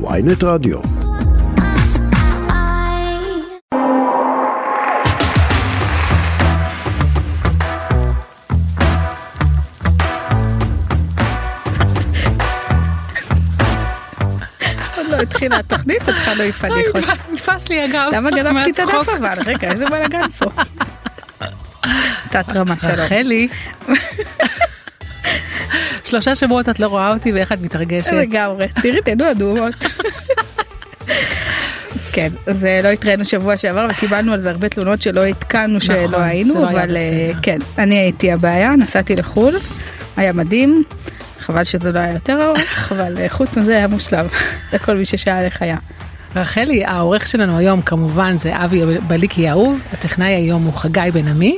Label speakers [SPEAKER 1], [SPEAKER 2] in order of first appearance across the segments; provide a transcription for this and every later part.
[SPEAKER 1] ויינט רדיו.
[SPEAKER 2] עוד לא התחילה התוכנית, התחלנו עם פדיחות.
[SPEAKER 3] נתפס לי הגב.
[SPEAKER 2] למה גנבתי את הדף אבל? רגע, איזה בלאגן פה. תת רמה שלו.
[SPEAKER 3] רחלי. שלושה שבועות את לא רואה אותי ואיך את מתרגשת.
[SPEAKER 2] לגמרי. תראי, תהנו אדומות. כן, ולא התראינו שבוע שעבר וקיבלנו על זה הרבה תלונות שלא עדכנו שלא
[SPEAKER 3] נכון, זה
[SPEAKER 2] היינו,
[SPEAKER 3] לא היה
[SPEAKER 2] אבל אה,
[SPEAKER 3] בסדר.
[SPEAKER 2] כן, אני הייתי הבעיה, נסעתי לחו"ל, היה מדהים, חבל שזה לא היה יותר ארוך, אבל אה, חוץ מזה היה מושלם, לכל מי ששאל איך היה.
[SPEAKER 3] רחלי, העורך שלנו היום כמובן זה אבי בליקי האהוב, הטכנאי היום הוא חגי בן עמי,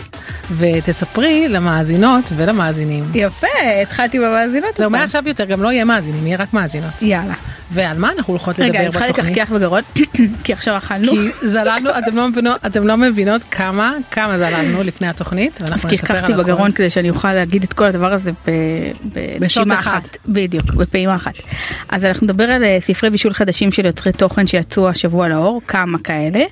[SPEAKER 3] ותספרי למאזינות ולמאזינים.
[SPEAKER 2] יפה, התחלתי במאזינות.
[SPEAKER 3] זה אומר
[SPEAKER 2] הפעם.
[SPEAKER 3] עכשיו יותר, גם לא יהיה מאזינים, יהיה רק מאזינות.
[SPEAKER 2] יאללה.
[SPEAKER 3] ועל מה אנחנו הולכות
[SPEAKER 2] רגע,
[SPEAKER 3] לדבר
[SPEAKER 2] אני צריכה
[SPEAKER 3] בתוכנית?
[SPEAKER 2] לקחקח בגרון, כי עכשיו אכלנו.
[SPEAKER 3] כי זללנו, אתם לא מבינות- אתם לא מבינות כמה, כמה זללנו לפני התוכנית,
[SPEAKER 2] אז
[SPEAKER 3] ואנחנו נספר על
[SPEAKER 2] קחקחתי
[SPEAKER 3] הכל.
[SPEAKER 2] בגרון כדי שאני אוכל להגיד את כל הדבר הזה ב- בנשימה
[SPEAKER 3] אחת.
[SPEAKER 2] אחת. בדיוק, בפעימה אחת. אז אנחנו נדבר על אה, ספרי בישול חדשים של יוצרי תוכן שיצאו השבוע לאור, כמה כאלה.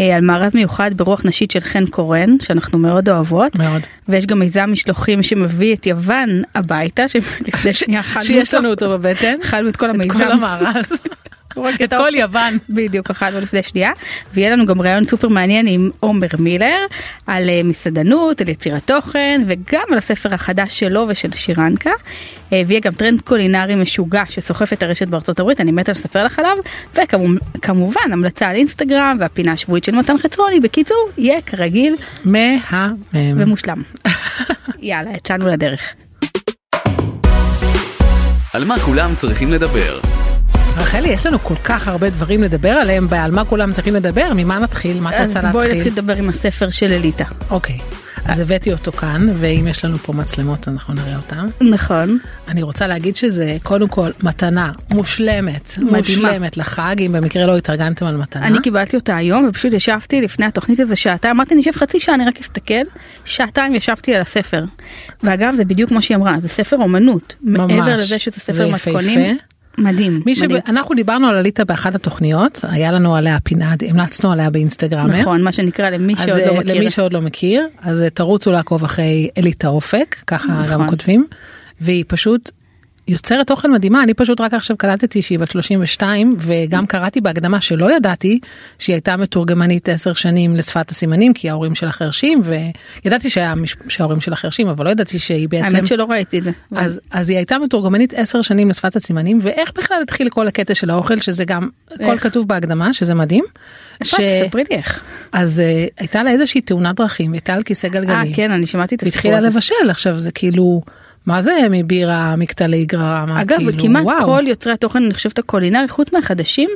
[SPEAKER 2] אה, על מארז מיוחד ברוח נשית של חן קורן, שאנחנו מאוד אוהבות.
[SPEAKER 3] מאוד.
[SPEAKER 2] ויש גם מיזם משלוחים שמביא את יוון הביתה, שלפני שנייה אכלנו אותו.
[SPEAKER 3] שיש לנו אותו בבטן,
[SPEAKER 2] אכלנו את כל
[SPEAKER 3] את
[SPEAKER 2] המיזם.
[SPEAKER 3] כל המארז, את כל יוון.
[SPEAKER 2] בדיוק אכלנו לפני שנייה ויהיה לנו גם ראיון סופר מעניין עם עומר מילר על אה, מסעדנות על יצירת תוכן וגם על הספר החדש שלו ושל שירנקה. אה, ויהיה גם טרנד קולינרי משוגע שסוחף את הרשת בארצות הברית אני מתה לספר לך עליו וכמובן המלצה על אינסטגרם והפינה השבועית של מתן חצרוני בקיצור יהיה כרגיל
[SPEAKER 3] מהמם.
[SPEAKER 2] ומושלם. יאללה יצאנו לדרך.
[SPEAKER 4] על מה כולם צריכים לדבר.
[SPEAKER 3] רחלי, יש לנו כל כך הרבה דברים לדבר עליהם, ועל מה כולם צריכים לדבר, ממה נתחיל, מה את
[SPEAKER 2] אז
[SPEAKER 3] רוצה
[SPEAKER 2] בואי נתחיל
[SPEAKER 3] להתחיל?
[SPEAKER 2] לדבר עם הספר של אליטה.
[SPEAKER 3] אוקיי, אז הבאתי אותו כאן, ואם יש לנו פה מצלמות אנחנו נראה אותן.
[SPEAKER 2] נכון.
[SPEAKER 3] אני רוצה להגיד שזה קודם כל מתנה מושלמת,
[SPEAKER 2] מדהימה.
[SPEAKER 3] מושלמת לחג, אם במקרה לא התארגנתם על מתנה.
[SPEAKER 2] אני קיבלתי אותה היום ופשוט ישבתי לפני התוכנית איזה שעתיים אמרתי אני אשב חצי שעה אני רק אסתכל שעתיים ישבתי על הספר. ואגב זה בדיוק כמו שהיא אמרה זה ספר אומנות
[SPEAKER 3] ממש.
[SPEAKER 2] מעבר לזה שזה
[SPEAKER 3] זה
[SPEAKER 2] ספר
[SPEAKER 3] יפהפה.
[SPEAKER 2] מתכונים מדהים
[SPEAKER 3] מי שב...
[SPEAKER 2] מדהים.
[SPEAKER 3] אנחנו דיברנו על אליטה באחת התוכניות, היה לנו עליה פינה, המלצנו עליה באינסטגרמר.
[SPEAKER 2] נכון מה שנקרא למי
[SPEAKER 3] אה, אז
[SPEAKER 2] שעוד
[SPEAKER 3] אה,
[SPEAKER 2] לא מכיר
[SPEAKER 3] למי שעוד לא מכיר, אז אה, תרוצו לעקוב אחרי אליטה אופק, ככה
[SPEAKER 2] נכון.
[SPEAKER 3] גם כותבים, והיא פשוט יוצרת תוכן מדהימה, אני פשוט רק עכשיו קלטתי שהיא בת 32, וגם קראתי בהקדמה שלא ידעתי שהיא הייתה מתורגמנית 10 שנים לשפת הסימנים, כי ההורים שלה חרשים, וידעתי שהמש- שההורים שלה חרשים, אבל לא ידעתי שהיא בעצם...
[SPEAKER 2] האמת שלא ראיתי את זה.
[SPEAKER 3] אז, אז היא הייתה מתורגמנית 10 שנים לשפת הסימנים ואיך בכלל התחיל כל הקטע של האוכל שזה גם הכל
[SPEAKER 2] איך?
[SPEAKER 3] כתוב בהקדמה שזה מדהים.
[SPEAKER 2] ש... תספרי לי איך.
[SPEAKER 3] אז אה, הייתה לה איזושהי תאונת דרכים, הייתה על כיסא
[SPEAKER 2] אה
[SPEAKER 3] גלגלים.
[SPEAKER 2] כן אני שמעתי את הסיפור
[SPEAKER 3] התחילה
[SPEAKER 2] הזה.
[SPEAKER 3] לבשל, עכשיו זה כאילו, מה זה מבירה, מקטלי גררה, מה
[SPEAKER 2] אגב
[SPEAKER 3] כאילו,
[SPEAKER 2] כמעט
[SPEAKER 3] וואו.
[SPEAKER 2] כל יוצרי התוכן אני חושבת הקולינרי חוץ מהחדשים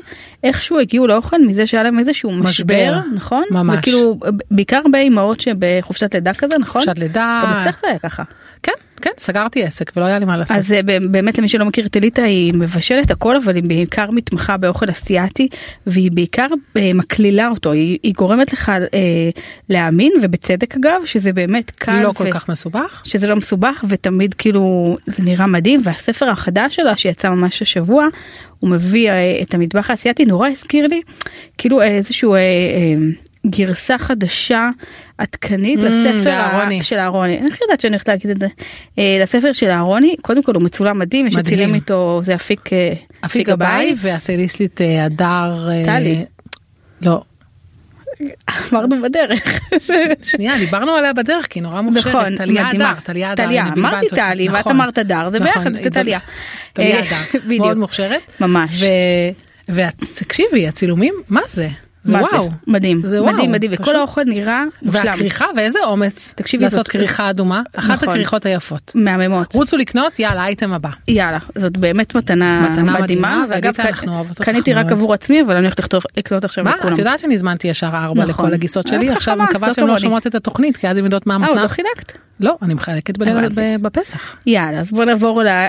[SPEAKER 2] איכשהו הגיעו לאוכל מזה שהיה להם איזשהו משבר,
[SPEAKER 3] משבר,
[SPEAKER 2] נכון?
[SPEAKER 3] ממש.
[SPEAKER 2] וכאילו בעיקר באימהות שבחופשת לידה כזה נכון?
[SPEAKER 3] חופשת לידה.
[SPEAKER 2] גם אצלך זה היה ככה.
[SPEAKER 3] כן, כן, סגרתי עסק ולא היה לי מה לעשות.
[SPEAKER 2] אז אה, ב- באמת למי שלא מכיר את אליטה היא מבשלת הכל אבל היא בעיקר מתמחה באוכל אסיאתי והיא בעיקר אה, מקלילה אותו היא, היא גורמת לך אה, להאמין ובצדק אגב שזה באמת קל
[SPEAKER 3] לא כל כך מסובך.
[SPEAKER 2] שזה לא מסובך ותמיד כאילו זה נראה מדהים והספר החדש שלה שיצא ממש השבוע הוא מביא אה, את המטבח האסייתי נורא הזכיר לי כאילו אה, איזשהו אה, אה, גרסה חדשה עדכנית
[SPEAKER 3] Mm,
[SPEAKER 2] לספר
[SPEAKER 3] לאהרוני.
[SPEAKER 2] ה- של אהרוני איך יודעת שאני הולכת להגיד את זה אה, לספר של אהרוני קודם כל הוא מצולם מדהים מי
[SPEAKER 3] מדהים.
[SPEAKER 2] שצילם איתו זה אפיק אה,
[SPEAKER 3] אפיק גבאי והסייליסטית אה, הדר... אה,
[SPEAKER 2] טלי.
[SPEAKER 3] לא,
[SPEAKER 2] אמרנו בדרך.
[SPEAKER 3] שנייה, דיברנו עליה בדרך כי היא נורא מוכשרת.
[SPEAKER 2] נכון,
[SPEAKER 3] טליה
[SPEAKER 2] מדהימה.
[SPEAKER 3] הדר, טליה הדר.
[SPEAKER 2] טליה,
[SPEAKER 3] אני בלבלת
[SPEAKER 2] אמרתי
[SPEAKER 3] אותי.
[SPEAKER 2] טלי ואת
[SPEAKER 3] נכון,
[SPEAKER 2] אמרת הדר, זה
[SPEAKER 3] נכון,
[SPEAKER 2] ביחד, זה
[SPEAKER 3] היא
[SPEAKER 2] טליה.
[SPEAKER 3] טליה
[SPEAKER 2] אה,
[SPEAKER 3] הדר,
[SPEAKER 2] בדיוק.
[SPEAKER 3] מאוד מוכשרת.
[SPEAKER 2] ממש.
[SPEAKER 3] ו- ותקשיבי, הצילומים, מה זה? זה
[SPEAKER 2] מה
[SPEAKER 3] וואו.
[SPEAKER 2] מדהים,
[SPEAKER 3] זה וואו,
[SPEAKER 2] מדהים, מדהים,
[SPEAKER 3] פשוט.
[SPEAKER 2] וכל האוכל נראה מושלם,
[SPEAKER 3] והכריכה, ואיזה אומץ.
[SPEAKER 2] תקשיבי,
[SPEAKER 3] לעשות
[SPEAKER 2] זאת-
[SPEAKER 3] כריכה אדומה, אחת
[SPEAKER 2] נכון.
[SPEAKER 3] הכריכות היפות.
[SPEAKER 2] מהממות.
[SPEAKER 3] רוצו לקנות, יאללה, אייטם הבא.
[SPEAKER 2] יאללה, זאת באמת מתנה
[SPEAKER 3] מתנה מדהימה,
[SPEAKER 2] מדהימה, ואגב,
[SPEAKER 3] ועדית,
[SPEAKER 2] קנ-
[SPEAKER 3] אנחנו אוהבות אותך
[SPEAKER 2] קניתי רק
[SPEAKER 3] מאוד.
[SPEAKER 2] עבור עצמי, אבל אני הולכת לכתוב- לקנות עכשיו
[SPEAKER 3] מה,
[SPEAKER 2] לכולם.
[SPEAKER 3] את יודעת שאני הזמנתי ישר ארבע
[SPEAKER 2] נכון.
[SPEAKER 3] לכל הגיסות
[SPEAKER 2] אה,
[SPEAKER 3] שלי,
[SPEAKER 2] את
[SPEAKER 3] עכשיו אני
[SPEAKER 2] חכמה,
[SPEAKER 3] מקווה
[SPEAKER 2] לא
[SPEAKER 3] שהן לא
[SPEAKER 2] כמוני.
[SPEAKER 3] שומעות את התוכנית, כי אז הן יודעות מה
[SPEAKER 2] אה, עוד
[SPEAKER 3] המתנה.
[SPEAKER 2] לא חילקת?
[SPEAKER 3] לא, אני מחלקת ב-
[SPEAKER 2] הבנתי.
[SPEAKER 3] ב- בפסח.
[SPEAKER 2] יאללה, אז בוא נעבור ל-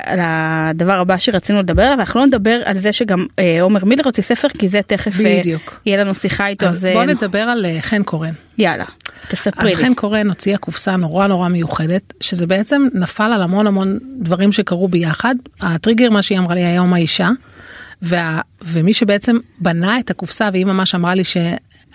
[SPEAKER 2] לדבר הבא שרצינו לדבר עליו, אנחנו לא נדבר על זה שגם אה, עומר מילר הוציא ספר, כי זה תכף אה,
[SPEAKER 3] בדיוק.
[SPEAKER 2] יהיה לנו שיחה איתו,
[SPEAKER 3] אז
[SPEAKER 2] אז אה,
[SPEAKER 3] בוא נדבר על אה, חן קורן.
[SPEAKER 2] יאללה,
[SPEAKER 3] אז
[SPEAKER 2] תספרי לי.
[SPEAKER 3] חן קורן הוציאה קופסה נורא נורא מיוחדת, שזה בעצם נפל על המון המון דברים שקרו ביחד. הטריגר, מה שהיא אמרה לי היום האישה, וה, ומי שבעצם בנה את הקופסה והיא ממש אמרה לי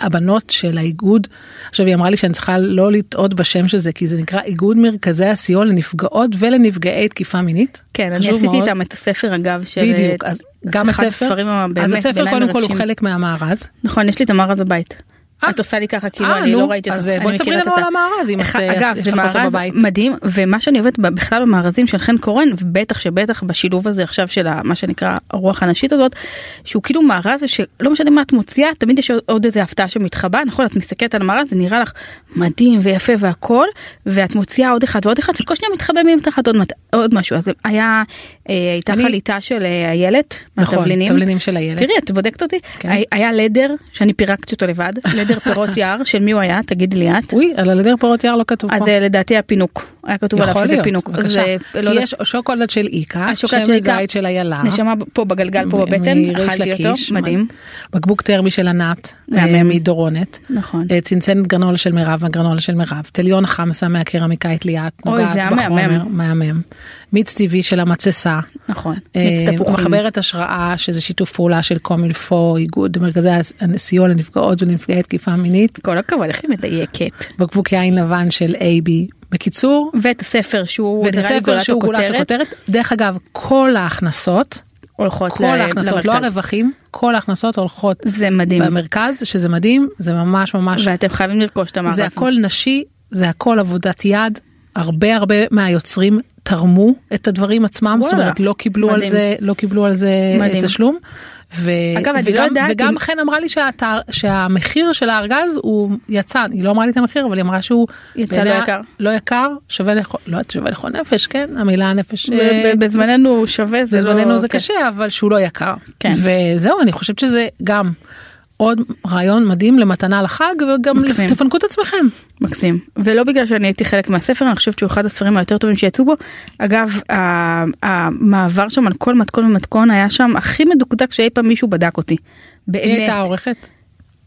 [SPEAKER 3] שהבנות של האיגוד עכשיו היא אמרה לי שאני צריכה לא לטעות בשם של זה כי זה נקרא איגוד מרכזי הסיוע לנפגעות ולנפגעי תקיפה מינית.
[SPEAKER 2] כן, אני
[SPEAKER 3] חשוב
[SPEAKER 2] עשיתי
[SPEAKER 3] מאוד.
[SPEAKER 2] איתם את הספר אגב של... אה,
[SPEAKER 3] בדיוק אז גם
[SPEAKER 2] אחד
[SPEAKER 3] הספר
[SPEAKER 2] הספרים הבאמת
[SPEAKER 3] אז הספר
[SPEAKER 2] בעיניי
[SPEAKER 3] קודם כל הוא
[SPEAKER 2] מרגשים.
[SPEAKER 3] חלק מהמארז.
[SPEAKER 2] נכון, יש לי את המארז בבית.
[SPEAKER 3] אה.
[SPEAKER 2] את עושה לי ככה, כאילו
[SPEAKER 3] אה,
[SPEAKER 2] אני
[SPEAKER 3] נו,
[SPEAKER 2] לא ראיתי אותו.
[SPEAKER 3] אז, אה,
[SPEAKER 2] אני
[SPEAKER 3] בואי תספרי
[SPEAKER 2] מכירה את
[SPEAKER 3] לנו
[SPEAKER 2] זה.
[SPEAKER 3] על המארז, אם
[SPEAKER 2] אח-
[SPEAKER 3] את, אה,
[SPEAKER 2] אגב,
[SPEAKER 3] יש
[SPEAKER 2] זה
[SPEAKER 3] לך אותו
[SPEAKER 2] מארז
[SPEAKER 3] בבית.
[SPEAKER 2] מדהים, ומה שאני אוהבת ב- בכלל במארזים של חן קורן, בטח שבטח בשילוב הזה עכשיו של ה- מה שנקרא הרוח הנשית הזאת, שהוא כאילו מארז שלא משנה מה את מוציאה, תמיד יש עוד איזה הפתעה שמתחבאה, נכון? את מסתכלת על מארז, זה נראה לך מדהים ויפה והכל, ואת מוציאה עוד אחד ועוד אחד, וכל שניה מתחבא מילים תחת עוד מת- עוד משהו. אז היה, אה, הייתה
[SPEAKER 3] אני-
[SPEAKER 2] חליטה של אה, איילת,
[SPEAKER 3] נכון,
[SPEAKER 2] התבלינים.
[SPEAKER 3] תבלינים של איילת.
[SPEAKER 2] תראי, את בודקת אותי?
[SPEAKER 3] כן.
[SPEAKER 2] הי- היה לדר, שאני פירקתי אותו לבד, לדר פירות יער, של מי הוא היה? תגידי לי את.
[SPEAKER 3] אוי על הלדר פירות יער לא כתוב
[SPEAKER 2] אז
[SPEAKER 3] פה.
[SPEAKER 2] אה, לדעתי הפינוק, היה כתוב עליו
[SPEAKER 3] יכול
[SPEAKER 2] שזה
[SPEAKER 3] להיות,
[SPEAKER 2] פינוק. אה,
[SPEAKER 3] בבקשה.
[SPEAKER 2] זה-
[SPEAKER 3] כי
[SPEAKER 2] לא יודעת-
[SPEAKER 3] יש שוקולד של איקה,
[SPEAKER 2] השוקולד
[SPEAKER 3] שמן
[SPEAKER 2] שהייתה-
[SPEAKER 3] זית של איילה,
[SPEAKER 2] נשמה פה בגלגל פה
[SPEAKER 3] מ-
[SPEAKER 2] בבטן,
[SPEAKER 3] מריש
[SPEAKER 2] אכלתי אותו,
[SPEAKER 3] לקיש,
[SPEAKER 2] מדהים.
[SPEAKER 3] בקבוק תרמי של ענת,
[SPEAKER 2] מהמם.
[SPEAKER 3] אה, מדורונת,
[SPEAKER 2] נכון.
[SPEAKER 3] אה, צנצנת גרנול של מירב, הגרנול של מירב, תליון חמסה מהקרמיקאית ליאת,
[SPEAKER 2] אוי,
[SPEAKER 3] נוגעת
[SPEAKER 2] זה היה
[SPEAKER 3] בחומר,
[SPEAKER 2] מהמם.
[SPEAKER 3] מהמם, מיץ טבעי של המצסה,
[SPEAKER 2] נכון,
[SPEAKER 3] אה,
[SPEAKER 2] מיץ תפוחים.
[SPEAKER 3] מחברת השראה שזה שיתוף פעולה של קומילפו, איגוד מרכזי הסיוע לנפגעות ולנפגעי תקיפה מינית,
[SPEAKER 2] כל הכבוד, איך היא מדייקת.
[SPEAKER 3] בקבוק יין לבן של אייבי. בקיצור,
[SPEAKER 2] ואת הספר שהוא
[SPEAKER 3] ואת
[SPEAKER 2] נראה לי
[SPEAKER 3] הספר שהוא גולת הכותרת, דרך אגב, כל ההכנסות,
[SPEAKER 2] הולכות
[SPEAKER 3] כל
[SPEAKER 2] ל-
[SPEAKER 3] ההכנסות, לא
[SPEAKER 2] אוקיי, למרכז.
[SPEAKER 3] הרווחים, כל ההכנסות הולכות
[SPEAKER 2] זה מדהים.
[SPEAKER 3] במרכז, שזה מדהים, זה ממש ממש,
[SPEAKER 2] ואתם חייבים לרכוש את המארז.
[SPEAKER 3] זה הכל נשי, זה הכל עבודת יד, הרבה הרבה מהיוצרים תרמו את הדברים עצמם, זאת
[SPEAKER 2] וואלה,
[SPEAKER 3] אומרת לא קיבלו על
[SPEAKER 2] מדהים.
[SPEAKER 3] זה, לא קיבלו על זה
[SPEAKER 2] מדהים.
[SPEAKER 3] תשלום. ו-
[SPEAKER 2] אגב, אני לא
[SPEAKER 3] וגם,
[SPEAKER 2] יודעת
[SPEAKER 3] וגם
[SPEAKER 2] אם-
[SPEAKER 3] חן אמרה לי שהאתר, שהמחיר של הארגז הוא יצא, היא לא אמרה לי את המחיר, אבל היא אמרה שהוא
[SPEAKER 2] יצא
[SPEAKER 3] בעיני-
[SPEAKER 2] לא יקר.
[SPEAKER 3] לא יקר, שווה לכל, לא יודעת, שווה לכל נפש, כן, המילה נפש,
[SPEAKER 2] ב-
[SPEAKER 3] אה,
[SPEAKER 2] ב- בזמננו שווה, זה לא...
[SPEAKER 3] בזמננו זה
[SPEAKER 2] כן.
[SPEAKER 3] קשה אבל שהוא לא יקר
[SPEAKER 2] כן.
[SPEAKER 3] וזהו אני חושבת שזה גם עוד רעיון מדהים למתנה לחג וגם
[SPEAKER 2] מקסים.
[SPEAKER 3] תפנקו את עצמכם
[SPEAKER 2] מקסים ולא בגלל שאני הייתי חלק מהספר אני חושבת שהוא אחד הספרים היותר טובים שיצאו בו אגב ה- המעבר שם על כל מתכון ומתכון היה שם הכי מדוקדק שאי פעם מישהו בדק אותי.
[SPEAKER 3] היא
[SPEAKER 2] באמת.
[SPEAKER 3] הייתה העורכת.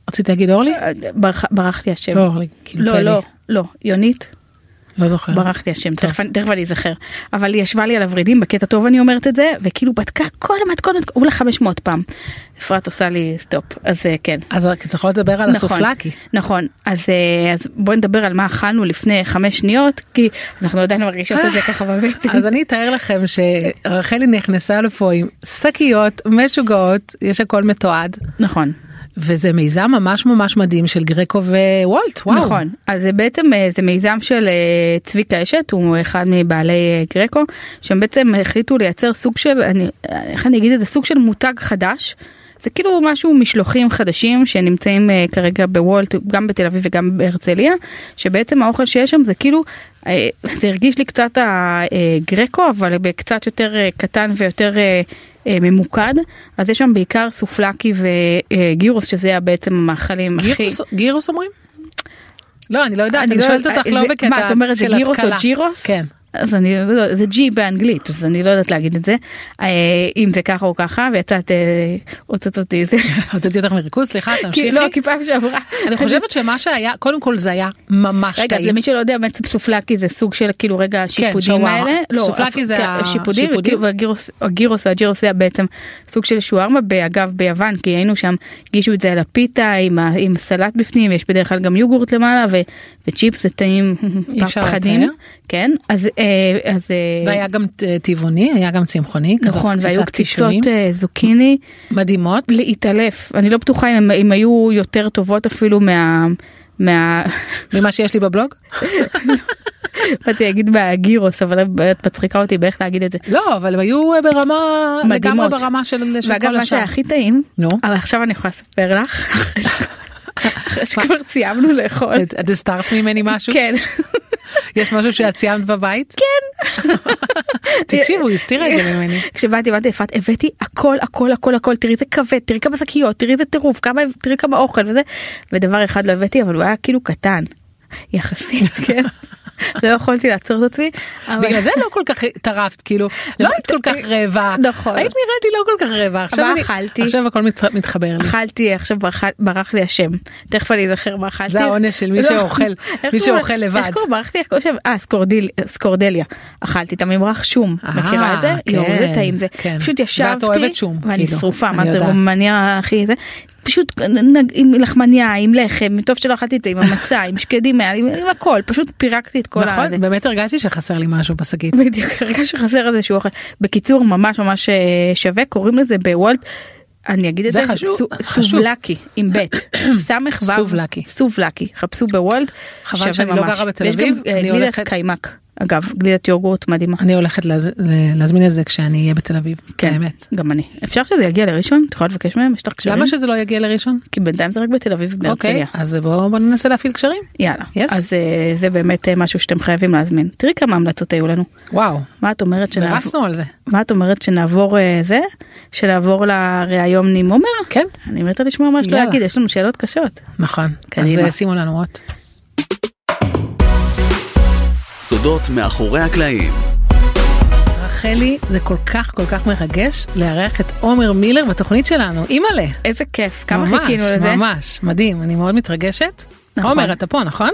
[SPEAKER 3] רצית להגיד אורלי?
[SPEAKER 2] ברח, ברח לי השם.
[SPEAKER 3] לא אורלי, כאילו
[SPEAKER 2] אה, לא
[SPEAKER 3] פלי.
[SPEAKER 2] לא לא יונית
[SPEAKER 3] לא זוכר.
[SPEAKER 2] ברח לי השם
[SPEAKER 3] טוב.
[SPEAKER 2] תכף, אני- תכף אני אזכר אבל היא ישבה לי על הוורידים בקטע טוב אני אומרת את זה וכאילו בדקה כל המתכונת אולי 500 פעם. אפרת עושה לי סטופ אז אה, כן
[SPEAKER 3] אז רק צריכות לדבר על
[SPEAKER 2] נכון.
[SPEAKER 3] הסופלקי.
[SPEAKER 2] נכון, אז, אה, אז בואי נדבר על מה אכלנו לפני חמש שניות, כי אנחנו עדיין מרגישות את זה ככה בבטן.
[SPEAKER 3] אז אני אתאר לכם שרחלי נכנסה לפה עם שקיות משוגעות, יש הכל מתועד,
[SPEAKER 2] נכון,
[SPEAKER 3] וזה מיזם ממש ממש מדהים של גרקו ווולט, וואו.
[SPEAKER 2] נכון. אז זה בעצם אה, זה מיזם של אה, צביקה אשת, הוא אחד מבעלי אה, גרקו, שהם בעצם החליטו לייצר סוג של, אני, אה, איך אני אגיד את זה, סוג של מותג חדש. זה כאילו משהו משלוחים חדשים שנמצאים אה, כרגע בוולט, גם בתל אביב וגם בהרצליה, שבעצם האוכל שיש שם זה כאילו, אה, זה הרגיש לי קצת הגרקו, אבל בקצת יותר אה, קטן ויותר אה, אה, ממוקד. אז יש שם בעיקר סופלקי וגירוס, שזה היה בעצם המאכלים הכי...
[SPEAKER 3] גירוס- גירוס אומרים? לא, אני לא יודעת,
[SPEAKER 2] אני
[SPEAKER 3] אני
[SPEAKER 2] לא-
[SPEAKER 3] שואלת אותך
[SPEAKER 2] זה-
[SPEAKER 3] לא בקטע של התקלה.
[SPEAKER 2] מה, את אומרת זה גירוס או ג'ירוס?
[SPEAKER 3] כן.
[SPEAKER 2] אז אני לא יודעת, זה ג'י באנגלית, אז אני לא יודעת להגיד את זה. אה, אם זה ככה או ככה, ויצאת, אה, הוצאת אותי. זה-
[SPEAKER 3] הוצאתי אותך מריכוז, סליחה,
[SPEAKER 2] כי
[SPEAKER 3] תמשיכי.
[SPEAKER 2] לא, כי פעם שעברה.
[SPEAKER 3] אני חושבת שמה שהיה, קודם כל זה היה ממש
[SPEAKER 2] רגע, אז
[SPEAKER 3] טעים.
[SPEAKER 2] למי שלא יודע, בעצם סופלקי זה סוג של כאילו רגע השיפודים
[SPEAKER 3] כן, שווארמה.
[SPEAKER 2] האלה. לא,
[SPEAKER 3] סופלקי
[SPEAKER 2] אף-
[SPEAKER 3] זה
[SPEAKER 2] כן,
[SPEAKER 3] ה-
[SPEAKER 2] שיפודים,
[SPEAKER 3] שיפודים.
[SPEAKER 2] וכאילו, והגירוס- הגירוס והג'ירוס היה בעצם סוג של שוארמה, אגב ביוון, כי היינו שם, הגישו את זה על הפיתה עם ה- עם סלט בפנים, יש בדרך כלל גם יוגורט למעלה, ו- וצ'יפס זה טעים
[SPEAKER 3] אי אפשר
[SPEAKER 2] פחדים.
[SPEAKER 3] לתאר.
[SPEAKER 2] כן, אז... אה, אז, אה,
[SPEAKER 3] והיה גם אה, טבעוני, היה גם צמחוני, כזאת
[SPEAKER 2] נכון,
[SPEAKER 3] קציצת
[SPEAKER 2] והיו קציצות
[SPEAKER 3] קישואים
[SPEAKER 2] אה, זוקיני
[SPEAKER 3] מדהימות.
[SPEAKER 2] להתעלף. אני לא בטוחה אם הם- אם היו יותר טובות אפילו מה... מה...
[SPEAKER 3] ממה שיש לי בבלוג?
[SPEAKER 2] באתי להגיד מהגירוס, אבל את מצחיקה אותי באיך להגיד את זה.
[SPEAKER 3] לא, אבל הם היו אה, ברמה, לגמרי
[SPEAKER 2] מדהימות.
[SPEAKER 3] ברמה של של כל השאר.
[SPEAKER 2] ואגב, מה שהיה הכי טעים,
[SPEAKER 3] נו.
[SPEAKER 2] אבל עכשיו אני יכולה לספר לך, אחרי שכבר סיימנו לאכול.
[SPEAKER 3] את- את הסתרת ממני משהו?
[SPEAKER 2] כן,
[SPEAKER 3] יש משהו שאת ציינת בבית? כן. תקשיבו, היא הסתירה את זה ממני.
[SPEAKER 2] כשבאתי, באתי לפת, הבאתי הכל, הכל, הכל, הכל, תראי איזה כבד, תראי כמה שקיות, תראי איזה טירוף, כמה- תראי כמה אוכל וזה, ודבר אחד לא הבאתי, אבל הוא היה כאילו קטן, יחסית, כן? לא יכולתי לעצור את עצמי. אבל-
[SPEAKER 3] בגלל זה לא כל כך טרפת כאילו לא היית כל כך רעבה
[SPEAKER 2] נכון.
[SPEAKER 3] היית נראית לי לא כל כך רעבה עכשיו
[SPEAKER 2] אבל
[SPEAKER 3] אני-
[SPEAKER 2] אכלתי.
[SPEAKER 3] עכשיו הכל מצ- מתחבר לי
[SPEAKER 2] אכלתי עכשיו ברח, ברח לי השם תכף אני אזכר מה אכלתי.
[SPEAKER 3] זה העונש של מי
[SPEAKER 2] לא.
[SPEAKER 3] שאוכל,
[SPEAKER 2] איך
[SPEAKER 3] מי
[SPEAKER 2] קוראים-
[SPEAKER 3] שאוכל לבד.
[SPEAKER 2] איך קוראים ברח לי? איך קוראים שם? אה סקורדיל, סקורדליה. אכלתי את הממרח שום.
[SPEAKER 3] אה,
[SPEAKER 2] מכירה את זה?
[SPEAKER 3] כן,
[SPEAKER 2] יואו זה טעים זה.
[SPEAKER 3] כן.
[SPEAKER 2] פשוט
[SPEAKER 3] ואת
[SPEAKER 2] ישבתי.
[SPEAKER 3] אוהבת שום,
[SPEAKER 2] ואני
[SPEAKER 3] כאילו,
[SPEAKER 2] שרופה.
[SPEAKER 3] אני
[SPEAKER 2] מה זה
[SPEAKER 3] יודעת.
[SPEAKER 2] רומניה הכי זה. פשוט נג- עם לחמניה עם לחם טוב שלא אכלתי את זה עם המצה עם שקדים היה לי, עם הכל פשוט פירקתי את כל הזה.
[SPEAKER 3] נכון באמת הרגשתי שחסר לי משהו בשקית
[SPEAKER 2] בדיוק, הרגע שחסר איזה שהוא אוכל. בקיצור, ממש ממש אה, שווה, קוראים לזה בוולט, אני אגיד את
[SPEAKER 3] זה
[SPEAKER 2] זה,
[SPEAKER 3] חשוב, אה,
[SPEAKER 2] סו-
[SPEAKER 3] חשוב.
[SPEAKER 2] סובלקי, עם בית, סמך ו,
[SPEAKER 3] סובלקי.
[SPEAKER 2] סובלקי, חפשו בוולט,
[SPEAKER 3] חבל
[SPEAKER 2] שווה
[SPEAKER 3] שאני לא
[SPEAKER 2] ממש.
[SPEAKER 3] גרה בתל
[SPEAKER 2] ויש
[SPEAKER 3] אביב,
[SPEAKER 2] גם, אה,
[SPEAKER 3] אני
[SPEAKER 2] גלידת
[SPEAKER 3] הולכת-
[SPEAKER 2] קיימק, אגב, גלידת יוגורט מדהימה.
[SPEAKER 3] אני הולכת להז- להזמין את זה כשאני אהיה בתל אביב
[SPEAKER 2] כן,
[SPEAKER 3] באמת
[SPEAKER 2] גם אני. אפשר שזה יגיע לראשון? את יכולה לבקש מהם? יש לך קשרים?
[SPEAKER 3] למה שזה לא יגיע לראשון
[SPEAKER 2] כי בינתיים זה רק בתל אביב
[SPEAKER 3] אוקיי
[SPEAKER 2] ובהרצליה.
[SPEAKER 3] אז בואו בואו ננסה להפעיל קשרים
[SPEAKER 2] יאללה.
[SPEAKER 3] Yes.
[SPEAKER 2] אז אה, זה באמת אה, משהו שאתם חייבים להזמין. תראי כמה המלצות היו לנו.
[SPEAKER 3] וואו
[SPEAKER 2] מה את אומרת שנעבור?
[SPEAKER 3] ורצנו על זה
[SPEAKER 2] מה את אומרת שנעבור אה, זה? שנעבור לראיון עם עומר?
[SPEAKER 3] כן
[SPEAKER 2] אני מתה לשמוע מה יש לו
[SPEAKER 3] יאללה.
[SPEAKER 2] להגיד, יש לנו שאלות קשות.
[SPEAKER 3] נכון אז
[SPEAKER 2] קדימה.
[SPEAKER 3] אה, שימו לנו אות
[SPEAKER 4] סודות מאחורי הקלעים.
[SPEAKER 3] רחלי זה כל כך כל כך מרגש לארח את עומר מילר בתוכנית שלנו אימא'לה
[SPEAKER 2] איזה כיף, כמה
[SPEAKER 3] ממש,
[SPEAKER 2] חיכינו לזה.
[SPEAKER 3] ממש, מדהים, אני מאוד מתרגשת.
[SPEAKER 2] נכון.
[SPEAKER 3] עומר, אתה פה, נכון?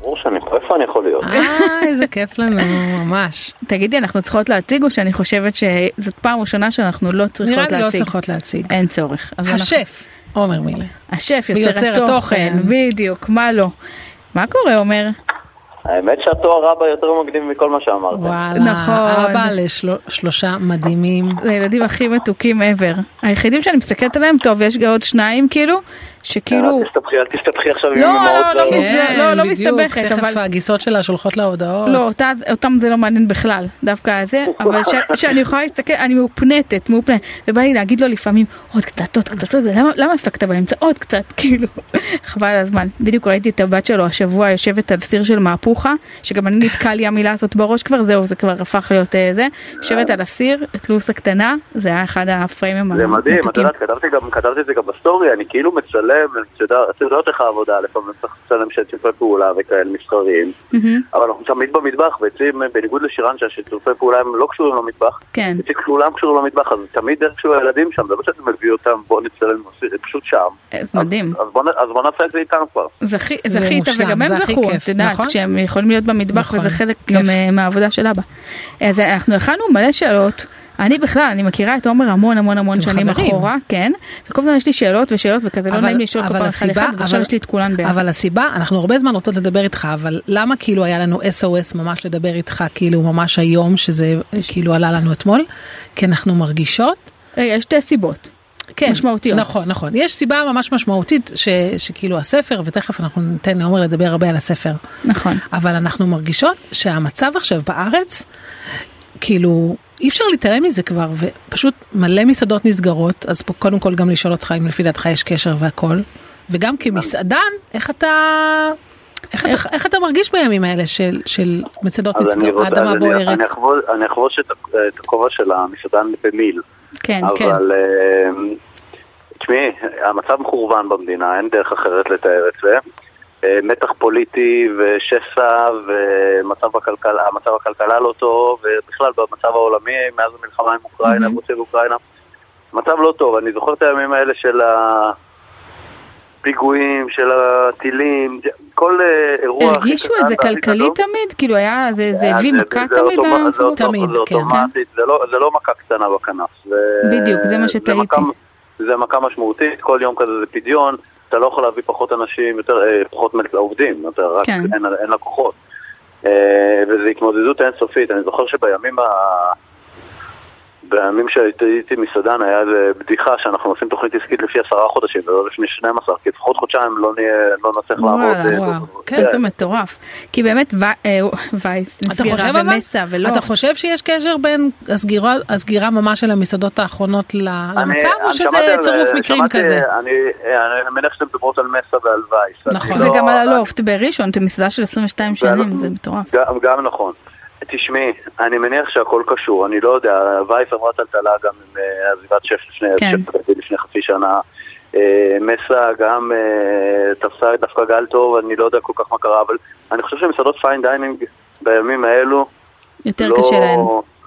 [SPEAKER 1] ברור שאני פה, איפה אני יכול להיות?
[SPEAKER 3] אה, איזה כיף לנו, ממש.
[SPEAKER 2] תגידי, אנחנו צריכות להציג או שאני חושבת שזאת פעם ראשונה שאנחנו לא צריכות
[SPEAKER 3] נראה
[SPEAKER 2] להציג?
[SPEAKER 3] לי לא צריכות להציג.
[SPEAKER 2] אין צורך. אז אנחנו- נכון.
[SPEAKER 3] השף, עומר מילר.
[SPEAKER 2] השף,
[SPEAKER 3] ויוצר
[SPEAKER 2] יוצר התוכן,
[SPEAKER 3] התוכן.
[SPEAKER 2] בדיוק, מה לא. מה קורה עומר?
[SPEAKER 1] האמת שהתואר רבה יותר מקדים מכל מה שאמרת.
[SPEAKER 3] וואלה,
[SPEAKER 2] נכון.
[SPEAKER 3] אבא לשלושה מדהימים.
[SPEAKER 2] זה הילדים הכי מתוקים ever. היחידים שאני מסתכלת עליהם, טוב, יש גם עוד שניים כאילו, שכאילו...
[SPEAKER 1] אל תסתבכי, אל תסתבכי עכשיו עם
[SPEAKER 2] לא,
[SPEAKER 1] אמהות.
[SPEAKER 2] לא, לא,
[SPEAKER 1] זרות.
[SPEAKER 2] מזמן. לא, לא מסתבכת,
[SPEAKER 3] כן, בדיוק, תכף
[SPEAKER 2] אבל-
[SPEAKER 3] הגיסות שלה שולחות לה הודעות.
[SPEAKER 2] לא, אותה, אותם זה לא מעניין בכלל, דווקא זה, אבל ש, שאני יכולה להסתכל, אני מאופנטת, מאופנטת, ובא לי להגיד לו לפעמים עוד קצת, עוד קצת, עוד, קצת, למה, למה הפסקת באמצע? עוד קצת, כאילו, חבל על הזמן. בדיוק ראיתי את הבת שלו השבוע יושבת על סיר של מהפוכה, שגם אני נתקע לי המילה הזאת בראש כבר, זהו, זה כבר הפך להיות אה, זה, יושבת על הסיר, תלוס הקטנה, זה היה אחד הפריימים
[SPEAKER 1] זה מדהים, את
[SPEAKER 2] המתוקים.
[SPEAKER 1] יודעת, כתבתי גם- כתבתי את זה גם בסטורי, אני כאילו מצלם, את יודעת- את יודעת איך העבודה, לפעמים צריך לצלם שיתופי פעולה וכאלה מסחריים,
[SPEAKER 2] מהמם,
[SPEAKER 1] אבל אנחנו תמיד במטבח, ואצלי, בניגוד לשירן שהשיתופי פעולה הם לא קשורים למטבח,
[SPEAKER 2] כן,
[SPEAKER 1] אצלי כולם קשורים למטבח, אז תמיד איכשהו הילדים שם, זה לא שאתה מביא אותם, בוא נצלם, זה פשוט שם.
[SPEAKER 2] אז מדהים.
[SPEAKER 1] אז בוא נ- אז בוא נעשה את זה איתם כבר.
[SPEAKER 2] זכי-
[SPEAKER 3] זה
[SPEAKER 2] זכית
[SPEAKER 3] מושלם,
[SPEAKER 2] וגם הם
[SPEAKER 3] זה הכי
[SPEAKER 2] זכו,
[SPEAKER 3] כיף,
[SPEAKER 2] את יודעת,
[SPEAKER 3] נכון?
[SPEAKER 2] כשהם יכולים להיות במטבח
[SPEAKER 3] נכון,
[SPEAKER 2] וזה חלק
[SPEAKER 3] כיף.
[SPEAKER 2] גם אה, מהעבודה של אבא. אז אה, אנחנו הכנו מלא שאלות, אני בכלל, אני מכירה את עומר המון המון המון
[SPEAKER 3] אתם
[SPEAKER 2] שנים
[SPEAKER 3] חברים.
[SPEAKER 2] אחורה, כן, וכל הזמן יש לי שאלות ושאלות וכזה לא
[SPEAKER 3] אבל-
[SPEAKER 2] נעים לי לשאול כל
[SPEAKER 3] אבל
[SPEAKER 2] פעם אחד
[SPEAKER 3] הסיבה-
[SPEAKER 2] אחד, אז עכשיו
[SPEAKER 3] אבל-
[SPEAKER 2] יש לי את כולן ביחד.
[SPEAKER 3] אבל הסיבה, אנחנו הרבה זמן רוצות לדבר איתך, אבל למה כאילו היה לנו SOS ממש לדבר איתך, כאילו ממש היום, שזה כאילו עלה לנו אתמול? כי אנחנו מרגישות
[SPEAKER 2] רגע, יש שתי סיבות.
[SPEAKER 3] כן,
[SPEAKER 2] משמעותיות.
[SPEAKER 3] נכון, נכון. יש סיבה ממש משמעותית ש, שכאילו הספר, ותכף אנחנו ניתן לעומר לדבר הרבה על הספר,
[SPEAKER 2] נכון.
[SPEAKER 3] אבל אנחנו מרגישות שהמצב עכשיו בארץ, כאילו, אי אפשר להתעלם מזה כבר, ופשוט מלא מסעדות נסגרות, אז פה קודם כל גם לשאול אותך אם לפי דעתך יש קשר והכל, וגם כמסעדן, איך אתה... איך, איך, איך אתה מרגיש בימים האלה של, של מצדות
[SPEAKER 1] אז אני
[SPEAKER 3] נסגרות,
[SPEAKER 1] רוצה-
[SPEAKER 3] האדמה
[SPEAKER 1] אז אני-
[SPEAKER 3] בוערת?
[SPEAKER 1] אני אחבוש- אני אחבוש את ה- את הכובע של המסעדן במיל,
[SPEAKER 2] כן,
[SPEAKER 3] כן.
[SPEAKER 1] אבל אה, תשמעי, המצב מחורבן במדינה, אין דרך אחרת לתאר את זה. אה, מתח פוליטי ושסע ומצב הכלכלה, המצב הכלכלה לא טוב, ובכלל במצב העולמי מאז המלחמה עם אוקראינה,
[SPEAKER 2] מהמם.
[SPEAKER 1] רוסיה ואוקראינה, מצב לא טוב. אני זוכר את הימים האלה של הפיגועים, של הטילים, כל אה, אירוע... הכי
[SPEAKER 2] הרגישו
[SPEAKER 1] קטן
[SPEAKER 2] את זה
[SPEAKER 1] והכי
[SPEAKER 2] כלכלי
[SPEAKER 1] גדול.
[SPEAKER 2] תמיד? כאילו היה, זה זה
[SPEAKER 1] אז
[SPEAKER 2] הביא
[SPEAKER 1] אה, זה-
[SPEAKER 2] מכה
[SPEAKER 1] זה
[SPEAKER 2] תמיד?
[SPEAKER 1] אוטומט- זה
[SPEAKER 2] המציאות?
[SPEAKER 1] אוטומט-
[SPEAKER 3] תמיד,
[SPEAKER 1] זה
[SPEAKER 3] כן.
[SPEAKER 1] אוטומטית, זה לא- זה לא מכה קטנה בכנף. זה-
[SPEAKER 2] בדיוק, זה מה שתהיתי.
[SPEAKER 1] מכה- זה מכה משמעותית, כל יום כזה זה פדיון, אתה לא יכול להביא פחות אנשים, יותר, אה, פחות מל- עובדים, אתה רק
[SPEAKER 2] כן.
[SPEAKER 1] אין אין לקוחות. אה, וזו התמודדות אינסופית, אני זוכר שבימים ה... בימים שהייתי מסעדן היה איזה בדיחה שאנחנו עושים תוכנית עסקית לפי עשרה חודשים ולא לפני 12, כי לפחות חודשיים לא נהיה- לא נצליח
[SPEAKER 2] וואלה,
[SPEAKER 1] לעבוד. אה,
[SPEAKER 3] וואו, כן,
[SPEAKER 2] זה מטורף. כי באמת ו- אה, וייס
[SPEAKER 3] אתה
[SPEAKER 2] נסגרה
[SPEAKER 3] חושב אבל?
[SPEAKER 2] ומסה ולא.
[SPEAKER 3] אתה חושב שיש קשר בין הסגירה, הסגירה ממש של המסעדות האחרונות ל-
[SPEAKER 1] אני-
[SPEAKER 3] למצב, או
[SPEAKER 1] אני
[SPEAKER 3] שזה
[SPEAKER 1] שמעתי על- אה,
[SPEAKER 3] צירוף מקרים
[SPEAKER 1] שמעתי-
[SPEAKER 3] כזה?
[SPEAKER 1] אני אה, אני מניח שאתם מדברות על מסה ועל וייס. אני
[SPEAKER 3] נכון.
[SPEAKER 1] לא-
[SPEAKER 2] וגם על הלופט בראשון, זה מסעדה של 22
[SPEAKER 1] זה
[SPEAKER 2] שנים,
[SPEAKER 1] לא-
[SPEAKER 2] זה מטורף.
[SPEAKER 1] גם, גם נכון. תשמעי, אני מניח שהכל קשור, אני לא יודע, וייס אמרה טלטלה גם עם אה, עזיבת שף לפני,
[SPEAKER 2] כן.
[SPEAKER 1] שף לדעתי לפני חצי שנה. אה, מסה גם אה, תפסה דווקא גל טוב, אני לא יודע כל כך מה קרה, אבל אני חושב שמסעדות פיין דיינינג בימים האלו
[SPEAKER 2] יותר
[SPEAKER 1] לא...
[SPEAKER 2] קשה להן.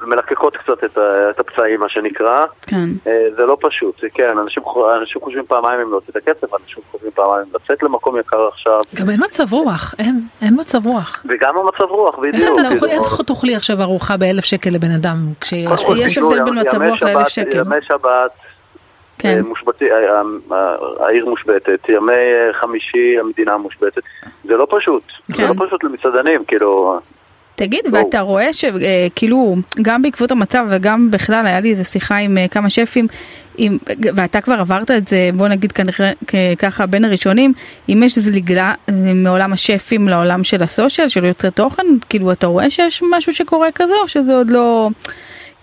[SPEAKER 1] מלקקות קצת את, ה- את הפצעים, מה שנקרא.
[SPEAKER 2] כן.
[SPEAKER 1] אה, זה לא פשוט, כן, אנשים, חו- אנשים חושבים פעמיים אם להוציא את הכסף, אנשים חושבים פעמיים אם לצאת למקום יקר עכשיו,
[SPEAKER 3] גם אין מצב רוח, אין, אין מצב רוח.
[SPEAKER 1] וגם המצב רוח,
[SPEAKER 3] איך
[SPEAKER 1] בדיוק.
[SPEAKER 3] אתה לא יכול-
[SPEAKER 1] כאילו.
[SPEAKER 3] איך תאכלי עכשיו ארוחה באלף שקל לבן אדם כשיש...
[SPEAKER 1] קודם כל,
[SPEAKER 2] יש
[SPEAKER 1] תשמעו,
[SPEAKER 2] הבדל
[SPEAKER 1] ימ-
[SPEAKER 2] בין
[SPEAKER 1] ימי
[SPEAKER 2] מצב רוח לאלף
[SPEAKER 1] שבת-
[SPEAKER 2] שקל. לא?
[SPEAKER 1] ימי שבת,
[SPEAKER 2] כן.
[SPEAKER 1] אה, מושבתי- אה, אה, אה, העיר מושבתת, ימי אה, חמישי המדינה מושבתת. זה לא פשוט, זה
[SPEAKER 2] כן.
[SPEAKER 1] לא פשוט למסעדנים, כאילו,
[SPEAKER 2] תגיד,
[SPEAKER 1] בואו.
[SPEAKER 2] ואתה רואה שכאילו, גם בעקבות המצב וגם בכלל, היה לי איזו שיחה עם אה, כמה שפים, עם, ואתה כבר עברת את זה, בוא נגיד כנראה כ- ככה בין הראשונים, אם יש זליגה אה, מעולם השפים לעולם של הסושיאל, של יוצרי תוכן, כאילו אתה רואה שיש משהו שקורה כזה, או שזה עוד לא...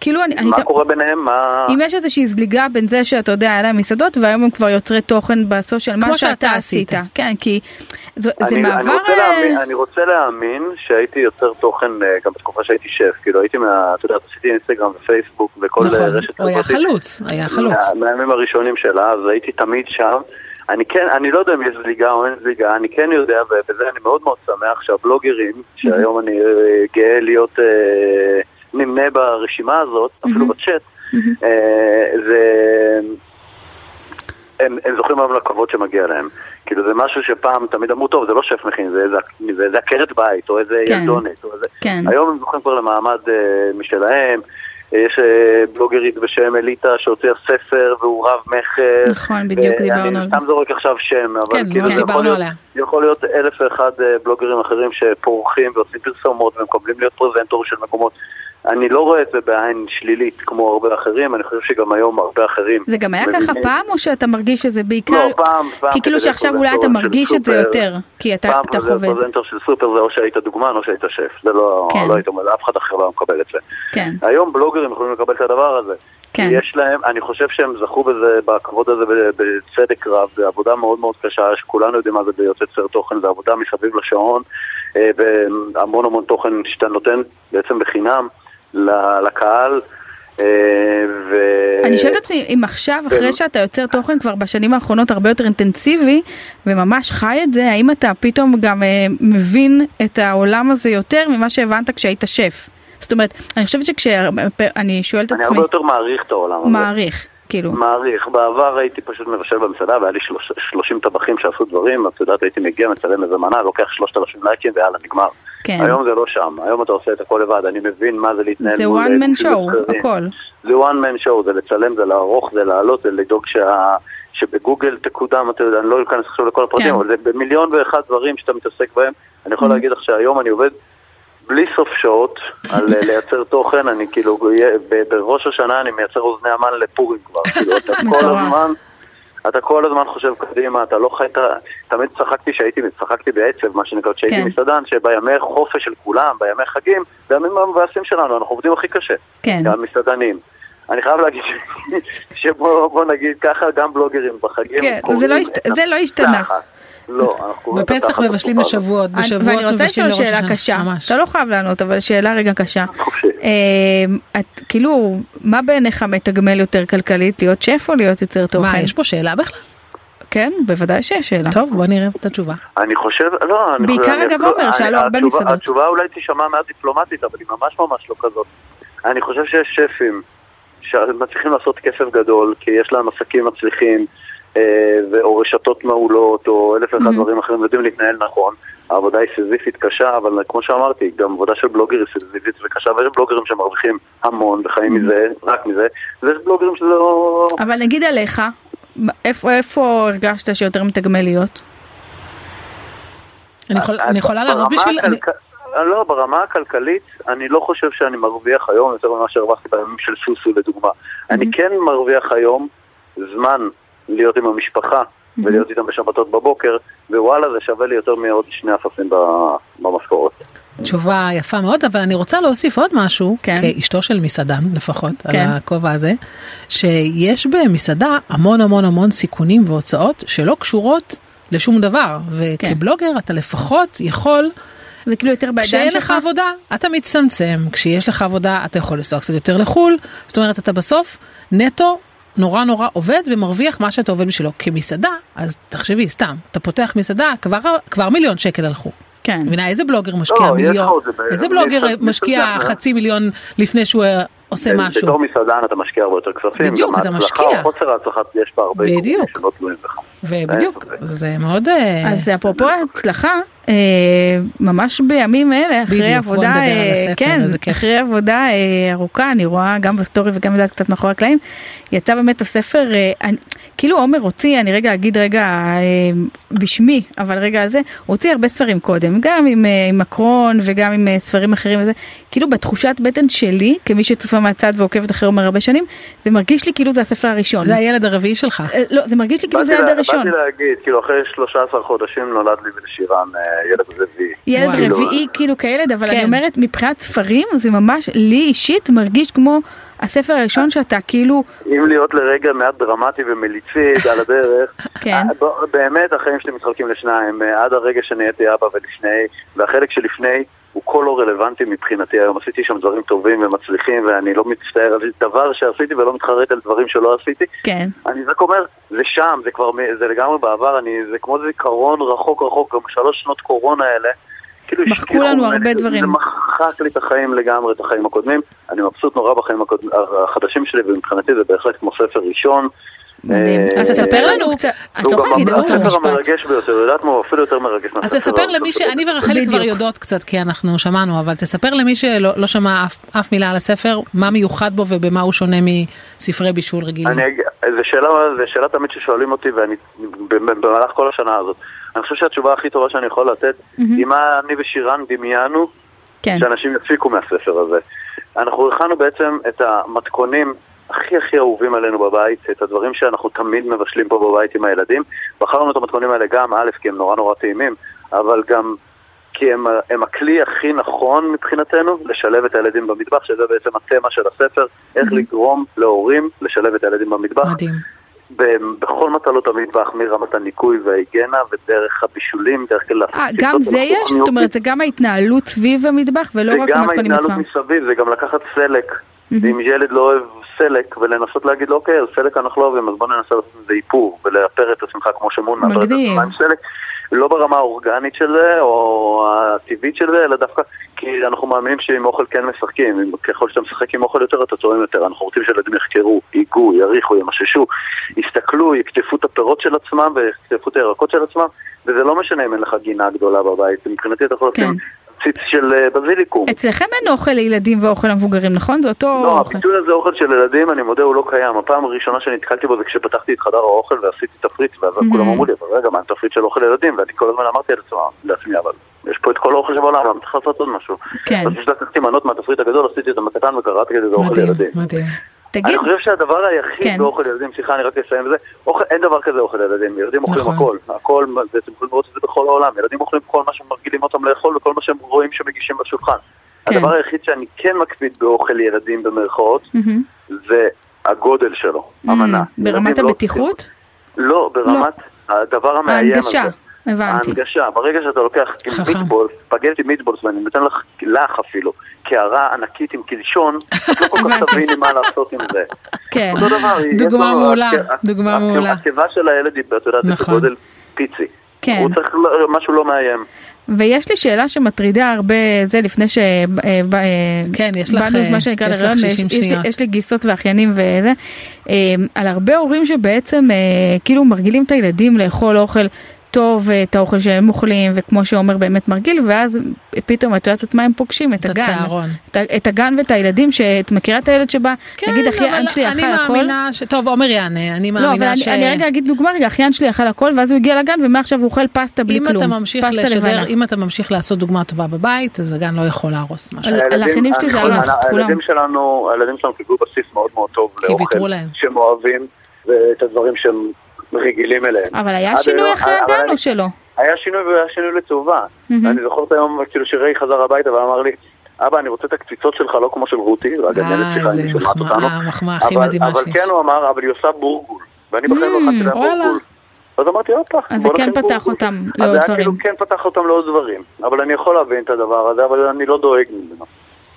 [SPEAKER 2] כאילו אני... אני
[SPEAKER 1] מה
[SPEAKER 2] ת-
[SPEAKER 1] קורה ביניהם? מה...
[SPEAKER 2] אם יש איזושהי זליגה בין זה שאתה יודע, היה להם מסעדות והיום הם כבר יוצרי תוכן בסושיאל, מה
[SPEAKER 3] כמו
[SPEAKER 2] שאתה
[SPEAKER 3] שאתה
[SPEAKER 2] עשית.
[SPEAKER 3] עשית.
[SPEAKER 2] כן, כי זו- זה
[SPEAKER 1] אני, אני,
[SPEAKER 2] מעבר...
[SPEAKER 1] רוצה
[SPEAKER 2] אה,
[SPEAKER 1] להאמין, אני רוצה להאמין שהייתי יוצר תוכן אה, גם בתקופה שהייתי שף, כאילו הייתי מה... אתה יודע, עשיתי אינסטגרם ופייסבוק וכל אה,
[SPEAKER 3] נכון,
[SPEAKER 1] רשת
[SPEAKER 3] הוא היה חלוץ, היה חלוץ.
[SPEAKER 1] מה- מהימים הראשונים שלה, אז הייתי תמיד שם. אני כן, אני לא יודע אם יש זליגה או אין זליגה, אני כן יודע, ובזה אני מאוד מאוד שמח שהבלוגרים, שהיום אני אה, גאה להיות אה, נמנה ברשימה הזאת, אפילו בצ'אט, אה, זה... הם, הם זוכרים היום לכבוד שמגיע להם. כאילו זה משהו שפעם תמיד אמרו, טוב, זה לא שף מכין, זה איזה- זה איזה עקרת בית, או איזה
[SPEAKER 2] כן.
[SPEAKER 1] ילדונת, או איזה...
[SPEAKER 2] כן.
[SPEAKER 1] היום הם זוכים כבר למעמד אה, משלהם. יש אה, בלוגרית בשם אליטה שהוציאה ספר והוא רב מכר. אה,
[SPEAKER 2] נכון, בדיוק דיברנו על
[SPEAKER 1] אני
[SPEAKER 2] זה.
[SPEAKER 1] סתם זורק עכשיו שם, אבל
[SPEAKER 3] כן,
[SPEAKER 1] כאילו
[SPEAKER 3] ממש
[SPEAKER 1] זה יכול
[SPEAKER 3] דיברנו
[SPEAKER 1] להיות,
[SPEAKER 3] עליה.
[SPEAKER 1] יכול להיות אלף ואחד אה, בלוגרים אחרים שפורחים ועושים פרסומות ומקבלים להיות פרזנטור של מקומות. אני לא רואה את זה בעין שלילית כמו הרבה אחרים, אני חושב שגם היום הרבה אחרים.
[SPEAKER 2] זה גם היה ככה
[SPEAKER 1] מבינים-
[SPEAKER 2] פעם או שאתה מרגיש שזה בעיקר,
[SPEAKER 1] לא, פעם, פעם.
[SPEAKER 2] כי כאילו
[SPEAKER 1] כזה
[SPEAKER 2] שעכשיו
[SPEAKER 1] פרזנטור
[SPEAKER 2] אולי אתה
[SPEAKER 1] של
[SPEAKER 2] מרגיש את זה
[SPEAKER 1] סופר.
[SPEAKER 2] יותר, כי אתה
[SPEAKER 1] פעם
[SPEAKER 2] אתה
[SPEAKER 1] זה
[SPEAKER 2] חווה את זה,
[SPEAKER 1] פרזנטור של סופר זה או שהיית דוגמן או שהיית שף, זה לא,
[SPEAKER 2] כן.
[SPEAKER 1] לא היית אומר, אף אחד אחר לא היה מקבל את זה.
[SPEAKER 2] כן,
[SPEAKER 1] היום בלוגרים יכולים לקבל את הדבר הזה.
[SPEAKER 2] כן.
[SPEAKER 1] כי יש להם, אני חושב שהם זכו בזה, בכבוד הזה, ב- בצדק רב, בעבודה מאוד מאוד קשה, שכולנו יודעים מה זה להיות יוצר תוכן, זה עבודה מסביב לשעון, אה, והמון המון תוכן שאתה נותן בעצם בחינם ל- לקהל. אה, ו...
[SPEAKER 2] אני שואלת את עצמי אם עכשיו אחרי
[SPEAKER 1] כן.
[SPEAKER 2] שאתה יוצר תוכן כבר בשנים האחרונות הרבה יותר אינטנסיבי וממש חי את זה, האם אתה פתאום גם אה, מבין את העולם הזה יותר ממה שהבנת כשהיית שף? זאת אומרת, אני חושבת שכשאני שואלת את
[SPEAKER 1] אני
[SPEAKER 2] עצמי,
[SPEAKER 1] הרבה יותר מעריך את העולם הזה.
[SPEAKER 2] מעריך, כאילו,
[SPEAKER 1] מעריך. בעבר הייתי פשוט מבשל במסעדה והיה לי שלוש, 30 טבחים שעשו דברים, את יודעת, הייתי מגיע, מצלם איזה מנה, לוקח 3,000 לייקים ויאללה, נגמר.
[SPEAKER 2] כן,
[SPEAKER 1] היום זה לא שם, היום אתה עושה את הכל לבד, אני מבין מה זה להתנהל
[SPEAKER 2] זה
[SPEAKER 1] מול...
[SPEAKER 2] one man
[SPEAKER 1] גופים
[SPEAKER 2] show,
[SPEAKER 1] אחרים.
[SPEAKER 2] הכל,
[SPEAKER 1] זה one man show, זה לצלם, זה לערוך, זה לעלות, זה לדאוג שה... שבגוגל תקודם, אתה יודע, אני לא אכנס עכשיו לכל הפרטים,
[SPEAKER 2] כן. Mm-hmm.
[SPEAKER 1] אבל זה במיליון ואחד דברים שאתה מתעסק בהם. אני יכול להגיד לך שהיום אני עובד בלי סוף שעות על אה, לייצר תוכן, אני כאילו, ב- בראש השנה אני מייצר אוזני המן לפורים כבר, כאילו, אתה כל
[SPEAKER 2] מטורף.
[SPEAKER 1] הזמן... אתה כל הזמן חושב קדימה, אתה לא חי את ה... תמיד צחקתי שהייתי, צחקתי בעצב, מה שנקרא, כשהייתי
[SPEAKER 2] כן.
[SPEAKER 1] מסעדן, שבימי חופש של כולם, בימי חגים, זה הימים המבאסים שלנו, אנחנו עובדים הכי קשה.
[SPEAKER 2] כן,
[SPEAKER 1] גם מסעדנים. אני חייב להגיד ש- שבוא בוא נגיד ככה, גם בלוגרים בחגים
[SPEAKER 2] כן,
[SPEAKER 1] קוראים
[SPEAKER 2] זה לא השת-
[SPEAKER 1] את
[SPEAKER 2] זה לא השתנה.
[SPEAKER 1] התחת. לא, אנחנו קוראים את
[SPEAKER 3] בפסח
[SPEAKER 1] התחת
[SPEAKER 3] מבשלים
[SPEAKER 1] בתקופה הזאת.
[SPEAKER 3] לשבועות,
[SPEAKER 2] אני-
[SPEAKER 3] בשבועות
[SPEAKER 2] ואני רוצה
[SPEAKER 3] מבשלים
[SPEAKER 2] לשאול
[SPEAKER 3] לראש
[SPEAKER 2] שאלה
[SPEAKER 3] השנה,
[SPEAKER 2] קשה,
[SPEAKER 3] ממש.
[SPEAKER 2] אתה לא חייב לענות, אבל שאלה רגע קשה.
[SPEAKER 1] חופשי.
[SPEAKER 2] אה, את כאילו, מה בעיניך מתגמל יותר כלכלית, להיות שף או להיות יוצר תוכן?
[SPEAKER 3] מה, יש פה שאלה בכלל?
[SPEAKER 2] כן, בוודאי שיש שאלה.
[SPEAKER 3] טוב, בוא נראה את התשובה.
[SPEAKER 1] אני חושב, לא, אני
[SPEAKER 2] בעיקר,
[SPEAKER 1] חושב, אני
[SPEAKER 2] אגב,
[SPEAKER 1] אפילו-
[SPEAKER 2] עומר,
[SPEAKER 1] אני-
[SPEAKER 2] שהיה לו הרבה
[SPEAKER 1] התשובה-
[SPEAKER 2] מסעדות.
[SPEAKER 1] התשובה אולי תישמע מעט דיפלומטית, אבל היא ממש ממש לא כזאת. אני חושב שיש שפים שמצליחים לעשות כסף גדול, כי יש להם עסקים מצליחים, אה, ו- או רשתות מעולות, או אלף
[SPEAKER 2] Mhm.
[SPEAKER 1] ואחד דברים אחרים, יודעים להתנהל נכון. העבודה היא סיזיפית קשה, אבל כמו שאמרתי, גם עבודה של בלוגר היא סיזיפית וקשה, ויש בלוגרים שמרוויחים המון
[SPEAKER 2] Mhm.
[SPEAKER 1] וחיים מזה, רק מזה, ויש בלוגרים שזה לא...
[SPEAKER 2] אבל נגיד עליך, איפה, איפה הרגשת שיותר מתגמל להיות?
[SPEAKER 3] אני יכול- אני יכולה לענות
[SPEAKER 1] אה, ברמה
[SPEAKER 3] בשביל... אני-
[SPEAKER 1] הכלכ- לא, ברמה הכלכלית, אני לא חושב שאני מרוויח היום יותר ממה שהרווחתי בימים של סוסו לדוגמה. אני כן מרוויח היום זמן להיות עם המשפחה ולהיות איתם בשבתות בבוקר, ווואלה זה שווה לי יותר מעוד שני אפסים ב- במשכורת.
[SPEAKER 3] תשובה יפה מאוד, אבל אני רוצה להוסיף עוד משהו,
[SPEAKER 2] כן.
[SPEAKER 3] כאשתו של מסעדן לפחות, על
[SPEAKER 2] כן.
[SPEAKER 3] הכובע הזה, שיש במסעדה המון המון המון סיכונים והוצאות שלא קשורות לשום דבר,
[SPEAKER 2] כן.
[SPEAKER 3] וכבלוגר אתה לפחות יכול,
[SPEAKER 2] זה כאילו יותר בידיים
[SPEAKER 3] כשאין לך
[SPEAKER 2] שלך?
[SPEAKER 3] עבודה, אתה מצטמצם, כשיש לך עבודה אתה יכול לנסוע קצת יותר לחו"ל, זאת אומרת אתה בסוף נטו נורא נורא עובד ומרוויח מה שאתה עובד בשבילו. כמסעדה, אז תחשבי, סתם, אתה פותח מסעדה, כבר, כבר מיליון שקל הלכו.
[SPEAKER 2] כן.
[SPEAKER 3] מבינה, איזה בלוגר משקיע
[SPEAKER 1] לא, יש
[SPEAKER 3] מיליון?
[SPEAKER 1] עוד, זה ב-
[SPEAKER 3] איזה
[SPEAKER 1] יש
[SPEAKER 3] בלוגר
[SPEAKER 1] עוד
[SPEAKER 3] משקיע
[SPEAKER 1] מסעדה.
[SPEAKER 3] חצי מיליון לפני שהוא אה, עושה משהו?
[SPEAKER 1] בתור מסעדן אתה משקיע הרבה יותר כספים.
[SPEAKER 3] בדיוק,
[SPEAKER 1] גם
[SPEAKER 3] אתה
[SPEAKER 1] ההצלחה
[SPEAKER 3] משקיע.
[SPEAKER 1] או חוסר ההצלחה, יש בה הרבה
[SPEAKER 3] בדיוק.
[SPEAKER 1] גורמים שלא תלויים בך.
[SPEAKER 3] ובדיוק,
[SPEAKER 1] אין ספק.
[SPEAKER 3] זה מאוד... אה,
[SPEAKER 2] אז אפרופו הצלחה, אה, ממש בימים אלה, אחרי
[SPEAKER 3] בדיוק, בוא
[SPEAKER 2] עבודה,
[SPEAKER 3] נדבר על
[SPEAKER 2] אה,
[SPEAKER 3] הספר,
[SPEAKER 2] כן,
[SPEAKER 3] איזה כיף.
[SPEAKER 2] אחרי עבודה אה, ארוכה, אני רואה גם בסטורי וגם יודעת קצת מאחורי הקלעים, יצא באמת הספר, אה, אני- כאילו עומר הוציא, אני רגע אגיד רגע אה, בשמי, אבל רגע על זה, הוא הוציא הרבה ספרים קודם, גם עם, אה, עם מקרון וגם עם אה, ספרים אחרים וזה, כאילו בתחושת בטן שלי, כמי שצופה מהצד ועוקבת אחרי עומר הרבה שנים, זה מרגיש לי כאילו זה הספר הראשון.
[SPEAKER 3] זה הילד הרביעי שלך.
[SPEAKER 2] אה, לא, זה מרגיש לי כאילו זה
[SPEAKER 1] באתי
[SPEAKER 2] היה
[SPEAKER 1] לה-
[SPEAKER 2] הראשון.
[SPEAKER 1] באתי להגיד, כאילו אחרי 13 חודשים נולד לי ולשירן אה, ילד רביעי.
[SPEAKER 2] ילד
[SPEAKER 3] וואי.
[SPEAKER 2] רביעי
[SPEAKER 1] לא.
[SPEAKER 2] כאילו כילד אבל
[SPEAKER 3] כן.
[SPEAKER 2] אני אומרת מבחינת ספרים זה ממש לי אישית מרגיש כמו הספר הראשון שאתה כאילו
[SPEAKER 1] אם להיות לרגע מעט דרמטי ומליצית על הדרך,
[SPEAKER 2] כן.
[SPEAKER 1] אה, ב- באמת החיים שלי מתחלקים לשניים, אה, עד הרגע שנהייתי אבא ולפני, והחלק שלפני הוא כל לא רלוונטי מבחינתי היום, עשיתי שם דברים טובים ומצליחים ואני לא מצטער על דבר שעשיתי ולא מתחרט על דברים שלא עשיתי,
[SPEAKER 2] כן
[SPEAKER 1] אני רק אומר, זה שם, זה כבר, מ- זה לגמרי בעבר, אני, זה כמו זיכרון רחוק רחוק, גם שלוש שנות קורונה האלה. כאילו
[SPEAKER 2] מחקו
[SPEAKER 1] השכיחו
[SPEAKER 2] לנו
[SPEAKER 1] ממני,
[SPEAKER 2] הרבה
[SPEAKER 1] זה-
[SPEAKER 2] דברים.
[SPEAKER 1] זה מחק לי את החיים לגמרי, את החיים הקודמים. אני מבסוט נורא בחיים הקוד- החדשים שלי, ומבחינתי זה בהחלט כמו ספר ראשון.
[SPEAKER 2] מדהים.
[SPEAKER 1] אה,
[SPEAKER 3] אז תספר לנו.
[SPEAKER 2] אתה אתה
[SPEAKER 1] והוא
[SPEAKER 2] יכול
[SPEAKER 1] גם
[SPEAKER 2] להגיד את אותו
[SPEAKER 1] לא, הספר
[SPEAKER 2] משפט.
[SPEAKER 1] המרגש ביותר, יודעת מה, הוא אפילו יותר מרגש
[SPEAKER 3] אז
[SPEAKER 1] מהספר
[SPEAKER 3] תספר
[SPEAKER 1] הראשון
[SPEAKER 3] למי ש...
[SPEAKER 1] שלי.
[SPEAKER 3] אני ורחלי כבר
[SPEAKER 2] בדיוק.
[SPEAKER 3] יודעות קצת כי אנחנו שמענו, אבל תספר למי שלא לא שמע אף, אף מילה על הספר, מה מיוחד בו ובמה הוא שונה מספרי בישול רגילים.
[SPEAKER 1] אני אגיד, זו שאלה, זו שאלה תמיד ששואלים אותי, ואני במ- במהלך כל השנה הזאת. אני חושב שהתשובה הכי טובה שאני יכול לתת,
[SPEAKER 2] Mm.
[SPEAKER 1] היא מה אני ושירן דמיינו,
[SPEAKER 2] כן
[SPEAKER 1] שאנשים יפיקו מהספר הזה. אנחנו הכנו בעצם את המתכונים הכי הכי אהובים עלינו בבית, את הדברים שאנחנו תמיד מבשלים פה בבית עם הילדים. בחרנו את המתכונים האלה גם, א', כי הם נורא נורא טעימים, אבל גם כי הם, הם הכלי הכי נכון מבחינתנו לשלב את הילדים במטבח, שזה בעצם התמה של הספר,
[SPEAKER 2] אוקיי.
[SPEAKER 1] איך לגרום להורים לשלב את הילדים במטבח.
[SPEAKER 3] מדהים.
[SPEAKER 1] ב- בכל מטלות המטבח, מרמת הניקוי וההיגיינה ודרך הבישולים, דרך כלל...
[SPEAKER 2] אה, גם זה יש זאת אומרת זה גם ההתנהלות סביב המטבח ולא רק
[SPEAKER 1] וגם
[SPEAKER 2] המתכונים
[SPEAKER 1] ההתנהלות
[SPEAKER 2] עצמם
[SPEAKER 1] מסביב, זה גם לקחת סלק. ואם ילד לא אוהב סלק, ולנסות להגיד לו, אוקיי, אז סלק אנחנו לא אוהבים, אז בוא ננסה לעשות איזה איפור, ולאפר את השמחה כמו שמון מאפרת את
[SPEAKER 2] מגניב.
[SPEAKER 1] השמחה עם סלק. לא ברמה האורגנית של זה, או הטבעית של זה, אלא דווקא כי אנחנו מאמינים שעם אוכל כן משחקים. אם- ככל שאתה משחק עם אוכל יותר, אתה טועם יותר. אנחנו רוצים שילדים יחקרו, ייגעו, יריחו, ימששו, יסתכלו, יקטפו את הפירות של עצמם ויקטפו את הירקות של עצמם, וזה לא משנה אם אין לך גינה גדולה בבית. מבחינתי אתה יכול
[SPEAKER 2] כן.
[SPEAKER 1] לשים ציץ של אה, בזיליקום.
[SPEAKER 2] אצלכם אין אוכל לילדים ואוכל למבוגרים נכון זה אותו
[SPEAKER 1] לא,
[SPEAKER 2] אוכל
[SPEAKER 1] הפיתוי הזה אוכל של ילדים, אני מודה, הוא לא קיים. הפעם הראשונה שנתקלתי בו זה כשפתחתי את חדר האוכל ועשיתי תפריט, ואז כולם אמרו לי, אבל רגע, מה עם תפריט של אוכל ילדים? ואני כל הזמן אמרתי לעצמם- לעצמי, אבל יש פה את כל האוכל שבעולם, למה צריך לעשות עוד משהו?
[SPEAKER 2] כן.
[SPEAKER 1] אז פשוט לקחתי מנות מהתפריט הגדול, עשיתי אותם בקטן וקראתי לזה אוכל
[SPEAKER 3] מדהים,
[SPEAKER 1] ילדים.
[SPEAKER 3] מדהים.
[SPEAKER 2] תגיד
[SPEAKER 1] אני חושב שהדבר היחיד
[SPEAKER 2] כן.
[SPEAKER 1] באוכל ילדים, סליחה, אני רק אסיים בזה, אוכל- אין דבר כזה אוכל ילדים, ילדים אוכלים
[SPEAKER 3] נכון.
[SPEAKER 1] הכל, הכל, זה- אתם יכולים לראות את זה בכל העולם, ילדים אוכלים כל מה שמרגילים אותם לאכול וכל מה שהם רואים שמגישים בשולחן.
[SPEAKER 2] כן.
[SPEAKER 1] הדבר היחיד שאני כן מקפיד באוכל ילדים במרכאות,
[SPEAKER 2] מהמם.
[SPEAKER 1] זה הגודל שלו, המנה.
[SPEAKER 2] מ, Mm, ברמת
[SPEAKER 1] ילדים לא-
[SPEAKER 2] הבטיחות
[SPEAKER 1] לא, ברמת הדבר המאיים הזה.
[SPEAKER 2] ההנגשה הבנתי
[SPEAKER 1] ההנגשה, ברגע שאתה לוקח עם
[SPEAKER 3] חכם.
[SPEAKER 1] מיטבול, פגלתי מיטבולס, ואני נותן לך, לך אפילו, קערה ענקית עם קלשון, את לא כל כך
[SPEAKER 2] הבנתי.
[SPEAKER 1] תביני מה לעשות עם זה.
[SPEAKER 2] כן
[SPEAKER 1] אותו דבר, יש
[SPEAKER 3] דוגמה
[SPEAKER 1] לו-
[SPEAKER 3] מעולה,
[SPEAKER 1] הכ-
[SPEAKER 3] דוגמה
[SPEAKER 1] הכ-
[SPEAKER 3] מעולה.
[SPEAKER 1] הקיבה של הילד היא, את יודעת,
[SPEAKER 3] נכון.
[SPEAKER 1] נכון. גודל פיצי.
[SPEAKER 2] כן.
[SPEAKER 1] הוא צריך ל- משהו לא מאיים.
[SPEAKER 2] ויש לי שאלה שמטרידה הרבה זה לפני ש... אה, ב- אה,
[SPEAKER 3] כן, יש לך,
[SPEAKER 2] באנו,
[SPEAKER 3] אה,
[SPEAKER 2] מה שנקרא
[SPEAKER 3] יש לך
[SPEAKER 2] לרעיון,
[SPEAKER 3] 60
[SPEAKER 2] יש, יש, לי,
[SPEAKER 3] שניות.
[SPEAKER 2] יש לי גיסות ואחיינים וזה, אה, על הרבה הורים שבעצם אה, כאילו מרגילים את הילדים לאכול אוכל טוב, אה, את האוכל שהם אוכלים, וכמו שעומר באמת מרגיל, ואז פתאום את יודעת את מה הם פוגשים, את
[SPEAKER 3] את
[SPEAKER 2] הגן,
[SPEAKER 3] הצהרון.
[SPEAKER 2] את, ה- את הגן ואת הילדים, שאת מכירה את הילד שבא, נגיד
[SPEAKER 3] כן, אבל
[SPEAKER 2] אחיין שלי אכל
[SPEAKER 3] אני
[SPEAKER 2] הכל.
[SPEAKER 3] מאמינה ש... טוב, עומר יענה, אני
[SPEAKER 2] לא, אבל
[SPEAKER 3] מאמינה
[SPEAKER 2] אני,
[SPEAKER 3] ש...
[SPEAKER 2] אני רגע אגיד דוגמה רגע, אחיין שלי אכל הכל ואז הוא הגיע לגן ומעכשיו הוא אוכל פסטה בלי
[SPEAKER 3] אם
[SPEAKER 2] כלום.
[SPEAKER 3] אתה ממשיך
[SPEAKER 2] פסטה לבנה.
[SPEAKER 3] לשדר, אם אתה ממשיך לעשות דוגמה טובה בבית, אז הגן לא יכול להרוס משהו.
[SPEAKER 2] על- על
[SPEAKER 1] הילדים-
[SPEAKER 2] האחיינים שלי זה
[SPEAKER 1] אני-
[SPEAKER 2] הרס,
[SPEAKER 1] אני-
[SPEAKER 2] כולם.
[SPEAKER 1] הילדים שלנו, הילדים שלנו קיבלו בסיס מאוד מאוד טוב
[SPEAKER 3] כי ויתרו להם.
[SPEAKER 1] שהם אוהבים, ואת הדברים שהם רגילים אליהם.
[SPEAKER 2] אבל היה
[SPEAKER 1] עד
[SPEAKER 2] שינוי
[SPEAKER 1] היום-
[SPEAKER 2] אחרי
[SPEAKER 1] אבל
[SPEAKER 2] הגן
[SPEAKER 1] אני-
[SPEAKER 2] או שלא?
[SPEAKER 1] היה שינוי והיה שינוי לטובה.
[SPEAKER 2] מהמם.
[SPEAKER 1] אני זוכר את היום, כאילו שריי חזר הביתה ואמר לי, אבא, אני רוצה את הקציצות שלך, לא כמו של רותי, והגננת
[SPEAKER 3] אה,
[SPEAKER 1] שלך,
[SPEAKER 3] איזה
[SPEAKER 1] היא שומעת
[SPEAKER 2] נכון.
[SPEAKER 3] מחמאה,
[SPEAKER 1] אותנו.
[SPEAKER 3] המחמאה הכי
[SPEAKER 1] אבל-
[SPEAKER 3] מדהימה
[SPEAKER 1] אבל
[SPEAKER 3] שיש.
[SPEAKER 1] כן, הוא אמר, אבל היא עושה בורגול. ואני בחיים לא אכלתי להם
[SPEAKER 3] וואלה.
[SPEAKER 1] בורגול. אז אמרתי, הופה,
[SPEAKER 2] Mm, אז זה
[SPEAKER 1] בוא
[SPEAKER 2] כן
[SPEAKER 1] נכין
[SPEAKER 2] פתח
[SPEAKER 1] בורגול.
[SPEAKER 2] אותם
[SPEAKER 1] אז
[SPEAKER 2] לעוד
[SPEAKER 1] זה היה כאילו
[SPEAKER 2] דברים.
[SPEAKER 1] כן פתח אותם לעוד דברים. אבל אני יכול להבין את הדבר הזה, אבל אני לא דואג ממנו.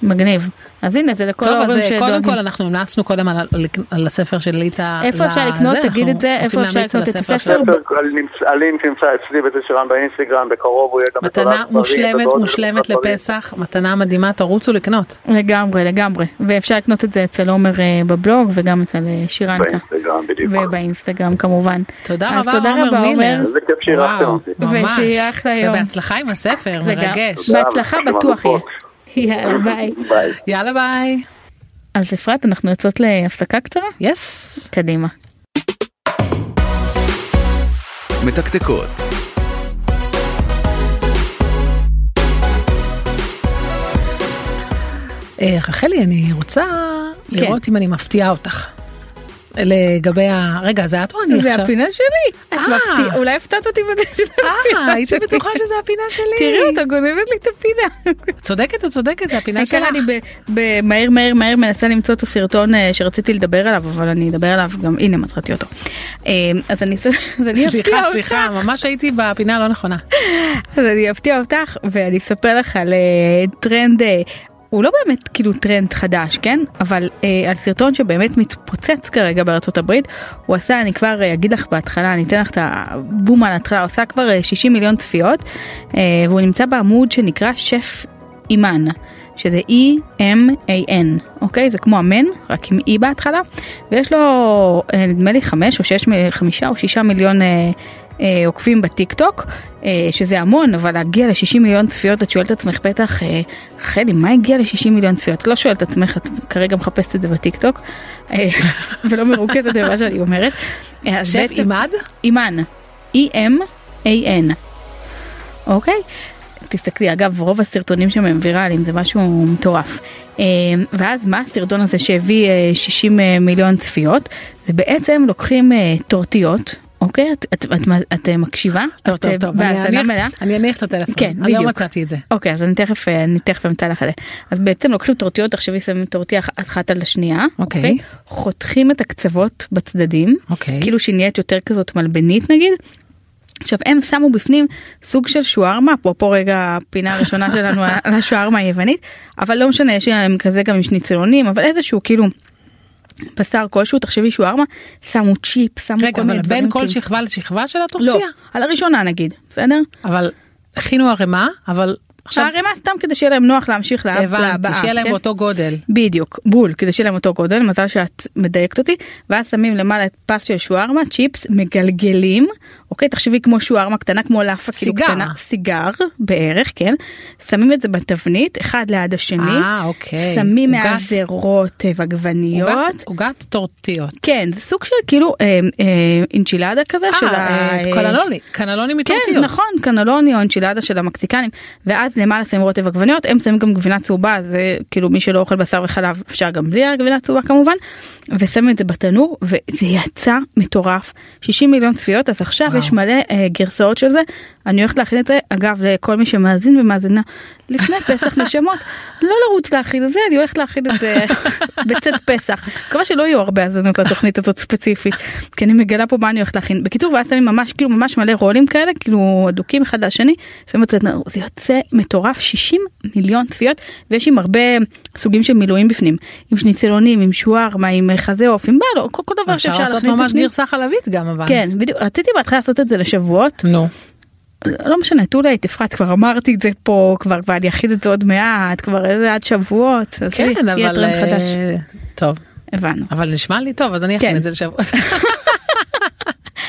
[SPEAKER 2] מגניב. אז הנה, זה לכל
[SPEAKER 3] טוב, אז
[SPEAKER 2] ההורים
[SPEAKER 3] אה, קודם
[SPEAKER 2] שדואגים.
[SPEAKER 3] כל אנחנו המלצנו קודם על, על, על הספר של ליטא.
[SPEAKER 2] איפה אפשר
[SPEAKER 3] לזה,
[SPEAKER 2] לקנות?
[SPEAKER 3] אנחנו
[SPEAKER 2] תגיד את זה, איפה
[SPEAKER 3] רוצים
[SPEAKER 2] אפשר
[SPEAKER 3] להמליץ על
[SPEAKER 2] לקנות את
[SPEAKER 3] הספר
[SPEAKER 2] הספר?
[SPEAKER 3] שלך.
[SPEAKER 1] הספר, נמצא- הלינק נמצא אצלי בזה שרן באינסטגרם, בקרוב הוא יהיה גם בתולעת
[SPEAKER 3] מתנה
[SPEAKER 1] ספרים,
[SPEAKER 3] מושלמת,
[SPEAKER 1] ובעוד
[SPEAKER 3] מושלמת
[SPEAKER 1] אלף דברים.
[SPEAKER 3] לפסח, מתנה מדהימה, תרוצו לקנות.
[SPEAKER 2] לגמרי, לגמרי. ואפשר לקנות את זה אצל עומר אה, בבלוג וגם אצל אה, שירנקה.
[SPEAKER 1] באינסטגרם, בדיוק.
[SPEAKER 2] ובאינסטגרם כמובן.
[SPEAKER 3] תודה
[SPEAKER 2] אז
[SPEAKER 3] רבה,
[SPEAKER 2] תודה
[SPEAKER 3] עומר
[SPEAKER 2] רבה,
[SPEAKER 3] מילר.
[SPEAKER 2] עומר.
[SPEAKER 1] איזה כיף שאירחתם
[SPEAKER 3] וואו,
[SPEAKER 1] אותי.
[SPEAKER 3] ממש.
[SPEAKER 2] ושיהיה אחלה יום.
[SPEAKER 3] ובהצלחה עם הספר,
[SPEAKER 2] לגמרי.
[SPEAKER 3] מרגש.
[SPEAKER 1] תודה,
[SPEAKER 2] בהצלחה
[SPEAKER 1] ושמענו
[SPEAKER 2] בטוח יהיה.
[SPEAKER 1] פה.
[SPEAKER 2] יאללה, ביי.
[SPEAKER 1] ביי.
[SPEAKER 3] יאללה ביי.
[SPEAKER 2] אז אפרת, אנחנו יוצאות להפסקה קצרה?
[SPEAKER 3] יס.
[SPEAKER 2] קדימה.
[SPEAKER 4] מתקתקות.
[SPEAKER 3] אה, רחלי, אני רוצה
[SPEAKER 2] כן.
[SPEAKER 3] לראות אם אני מפתיעה אותך. לגבי ה... רגע, זה את או אני
[SPEAKER 2] זה
[SPEAKER 3] עכשיו?
[SPEAKER 2] הפינה שלי. את
[SPEAKER 3] אה.
[SPEAKER 2] מפתיע, אולי הפתעת אותי בזה של
[SPEAKER 3] אה,
[SPEAKER 2] הפינה
[SPEAKER 3] הייתי
[SPEAKER 2] שלי.
[SPEAKER 3] בטוחה שזה הפינה שלי.
[SPEAKER 2] תראי אותה גונבת לי את הפינה.
[SPEAKER 3] צודקת, את צודקת, זה הפינה
[SPEAKER 2] בעיקר
[SPEAKER 3] שלך.
[SPEAKER 2] אני ב- במהר מהר מהר מנסה למצוא את הסרטון אה, שרציתי לדבר עליו אבל אני אדבר עליו גם הנה מצאתי אותו. אה, אז אני אז אני אפתיע
[SPEAKER 3] סליחה,
[SPEAKER 2] אותך
[SPEAKER 3] סליחה, ממש הייתי בפינה הלא נכונה.
[SPEAKER 2] אז אני אפתיע אותך ואני אספר לך על אה, טרנד. אה, הוא לא באמת כאילו טרנד חדש, כן? אבל אה, על סרטון שבאמת מתפוצץ כרגע בארצות הברית, הוא עשה, אני כבר אה, אגיד לך בהתחלה, אני אתן לך את הבום על ההתחלה, הוא עשה כבר אה, 60 מיליון צפיות, אה, והוא נמצא בעמוד שנקרא שף אימן, שזה E E-M-A-N, אוקיי? זה כמו אמן, רק עם E בהתחלה, ויש לו אה, נדמה לי 5 או 6, 5 או 6 מיליון אה, אה, עוקבים בטיק טוק, אה, שזה המון, אבל להגיע ל-60 מיליון צפיות, את שואלת את עצמך בטח, אה, חלי, מה הגיע ל-60 מיליון צפיות? את לא שואלת את עצמך, את כרגע מחפשת את זה בטיק טוק, אה, ולא מרוכזת במה שאני אומרת. אה, אז
[SPEAKER 3] שף
[SPEAKER 2] בעצם-
[SPEAKER 3] עימד?
[SPEAKER 2] אימן, E E-M-A-N, אוקיי? תסתכלי, אגב, רוב הסרטונים שם הם ויראליים, זה משהו מטורף. אה, ואז מה הסרטון הזה שהביא אה, 60 אה, מיליון צפיות? זה בעצם לוקחים אה, טורטיות, אוקיי? את, את, את, את אה, מקשיבה?
[SPEAKER 3] טוב,
[SPEAKER 2] את,
[SPEAKER 3] טוב,
[SPEAKER 2] אה,
[SPEAKER 3] טוב.
[SPEAKER 2] בהאזנה
[SPEAKER 3] אני אניח-
[SPEAKER 2] מלאה?
[SPEAKER 3] אני אניח את הטלפון.
[SPEAKER 2] כן,
[SPEAKER 3] אני לא
[SPEAKER 2] בדיוק.
[SPEAKER 3] מצאתי את זה.
[SPEAKER 2] אוקיי, אז אני תכף, אה, אני תכף אמצא לך את זה. אז בעצם לוקחים טורטיות, תחשבי, שמים טורטיה אח- אחת על השנייה,
[SPEAKER 3] אוקיי.
[SPEAKER 2] חותכים את הקצוות בצדדים,
[SPEAKER 3] אוקיי.
[SPEAKER 2] כאילו שהיא נהיית יותר כזאת מלבנית נגיד. עכשיו הם שמו בפנים סוג של שוארמה, אפרופו רגע הפינה הראשונה שלנו על השוארמה היוונית, אבל לא משנה, יש להם כזה גם עם שניצלונים, אבל איזשהו כאילו בשר כלשהו, תחשבי שוארמה, שמו צ'יפ, שמו
[SPEAKER 3] רגע,
[SPEAKER 2] כל מיני
[SPEAKER 3] אבל
[SPEAKER 2] דברים.
[SPEAKER 3] בין כל
[SPEAKER 2] כאילו-
[SPEAKER 3] שכבה לשכבה של
[SPEAKER 2] לא,
[SPEAKER 3] הטורטיה?
[SPEAKER 2] על הראשונה נגיד, בסדר?
[SPEAKER 3] אבל הכינו ערימה, אבל עכשיו
[SPEAKER 2] הערימה סתם כדי שיהיה להם נוח להמשיך לה- להבאה.
[SPEAKER 3] הבנתי, שיהיה להם
[SPEAKER 2] כן?
[SPEAKER 3] באותו גודל.
[SPEAKER 2] בדיוק, בול, כדי שיהיה להם אותו גודל, מזל שאת מדייקת אותי, ואז שמים למעלה את פס של שוארמה, צ'יפס, מגלגלים, אוקיי, תחשבי כמו שוארמה קטנה, כמו לאפה כאילו
[SPEAKER 3] סיגר.
[SPEAKER 2] קטנה, סיגר בערך, כן, שמים את זה בתבנית, אחד ליד השני,
[SPEAKER 3] אה, אוקיי.
[SPEAKER 2] שמים
[SPEAKER 3] עוגת-
[SPEAKER 2] מעזרות אה, ועגבניות.
[SPEAKER 3] עוגת- עוגת טורטיות.
[SPEAKER 2] כן, זה סוג של כאילו אה, אה, אינצ'ילדה כזה של ה-
[SPEAKER 3] אה,
[SPEAKER 2] אה,
[SPEAKER 3] קנלוני, קנלוני
[SPEAKER 2] כן,
[SPEAKER 3] מטורטיות.
[SPEAKER 2] נכון, קנלוני או אנצ'ילדה של המקסיקנים, ואז למעלה שמים רוטב עגבניות, הם שמים גם גבינה צהובה, זה כאילו מי שלא אוכל בשר וחלב אפשר גם בלי הגבינה צהובה כמובן, ושמים את זה בתנור, וזה יצא מטורף. 60 מיליון צפיות, אז עכשיו
[SPEAKER 3] וואו.
[SPEAKER 2] יש מלא אה, גרסאות של זה, אני הולכת להכין את זה, אגב, לכל מי שמאזין ומאזינה לפני פסח נשמות, לא לרוץ להכין את זה, אני הולכת להכין את זה בצאת פסח. מקווה שלא יהיו הרבה האזנות לתוכנית הזאת ספציפית, כי אני מגלה פה מה אני הולכת להכין. בקיצור, ואז שמים ממש כאילו ממש מלא רולים כאלה, כאילו אדוקים אחד לשני, שמים את זה, זה יוצא מטורף, 60 מיליון צפיות, ויש עם הרבה סוגים של מילואים בפנים, עם שניצלונים, עם שוארמה, עם אה, חזה עוף, עם בעלו, כל, כל דבר
[SPEAKER 3] אפשר
[SPEAKER 2] שאפשר
[SPEAKER 3] לעשות
[SPEAKER 2] להכניס
[SPEAKER 3] ממש
[SPEAKER 2] בפנים.
[SPEAKER 3] גרסה חלבית גם אבל.
[SPEAKER 2] כן, בדיוק, רציתי בהתחלה לעשות את זה לשבועות,
[SPEAKER 3] נו.
[SPEAKER 2] לא משנה, תו לייט, אפרת, כבר אמרתי את זה פה, כבר, כבר אני אכיל את זה עוד מעט, כבר איזה עד שבועות, אז
[SPEAKER 3] כן
[SPEAKER 2] יהיה- אוקיי, יהיה
[SPEAKER 3] אבל.
[SPEAKER 2] טרנד
[SPEAKER 3] אה,
[SPEAKER 2] חדש.
[SPEAKER 3] טוב.
[SPEAKER 2] הבנו.
[SPEAKER 3] אבל נשמע לי טוב אז אני אכין
[SPEAKER 2] כן.
[SPEAKER 3] את זה לשבוע.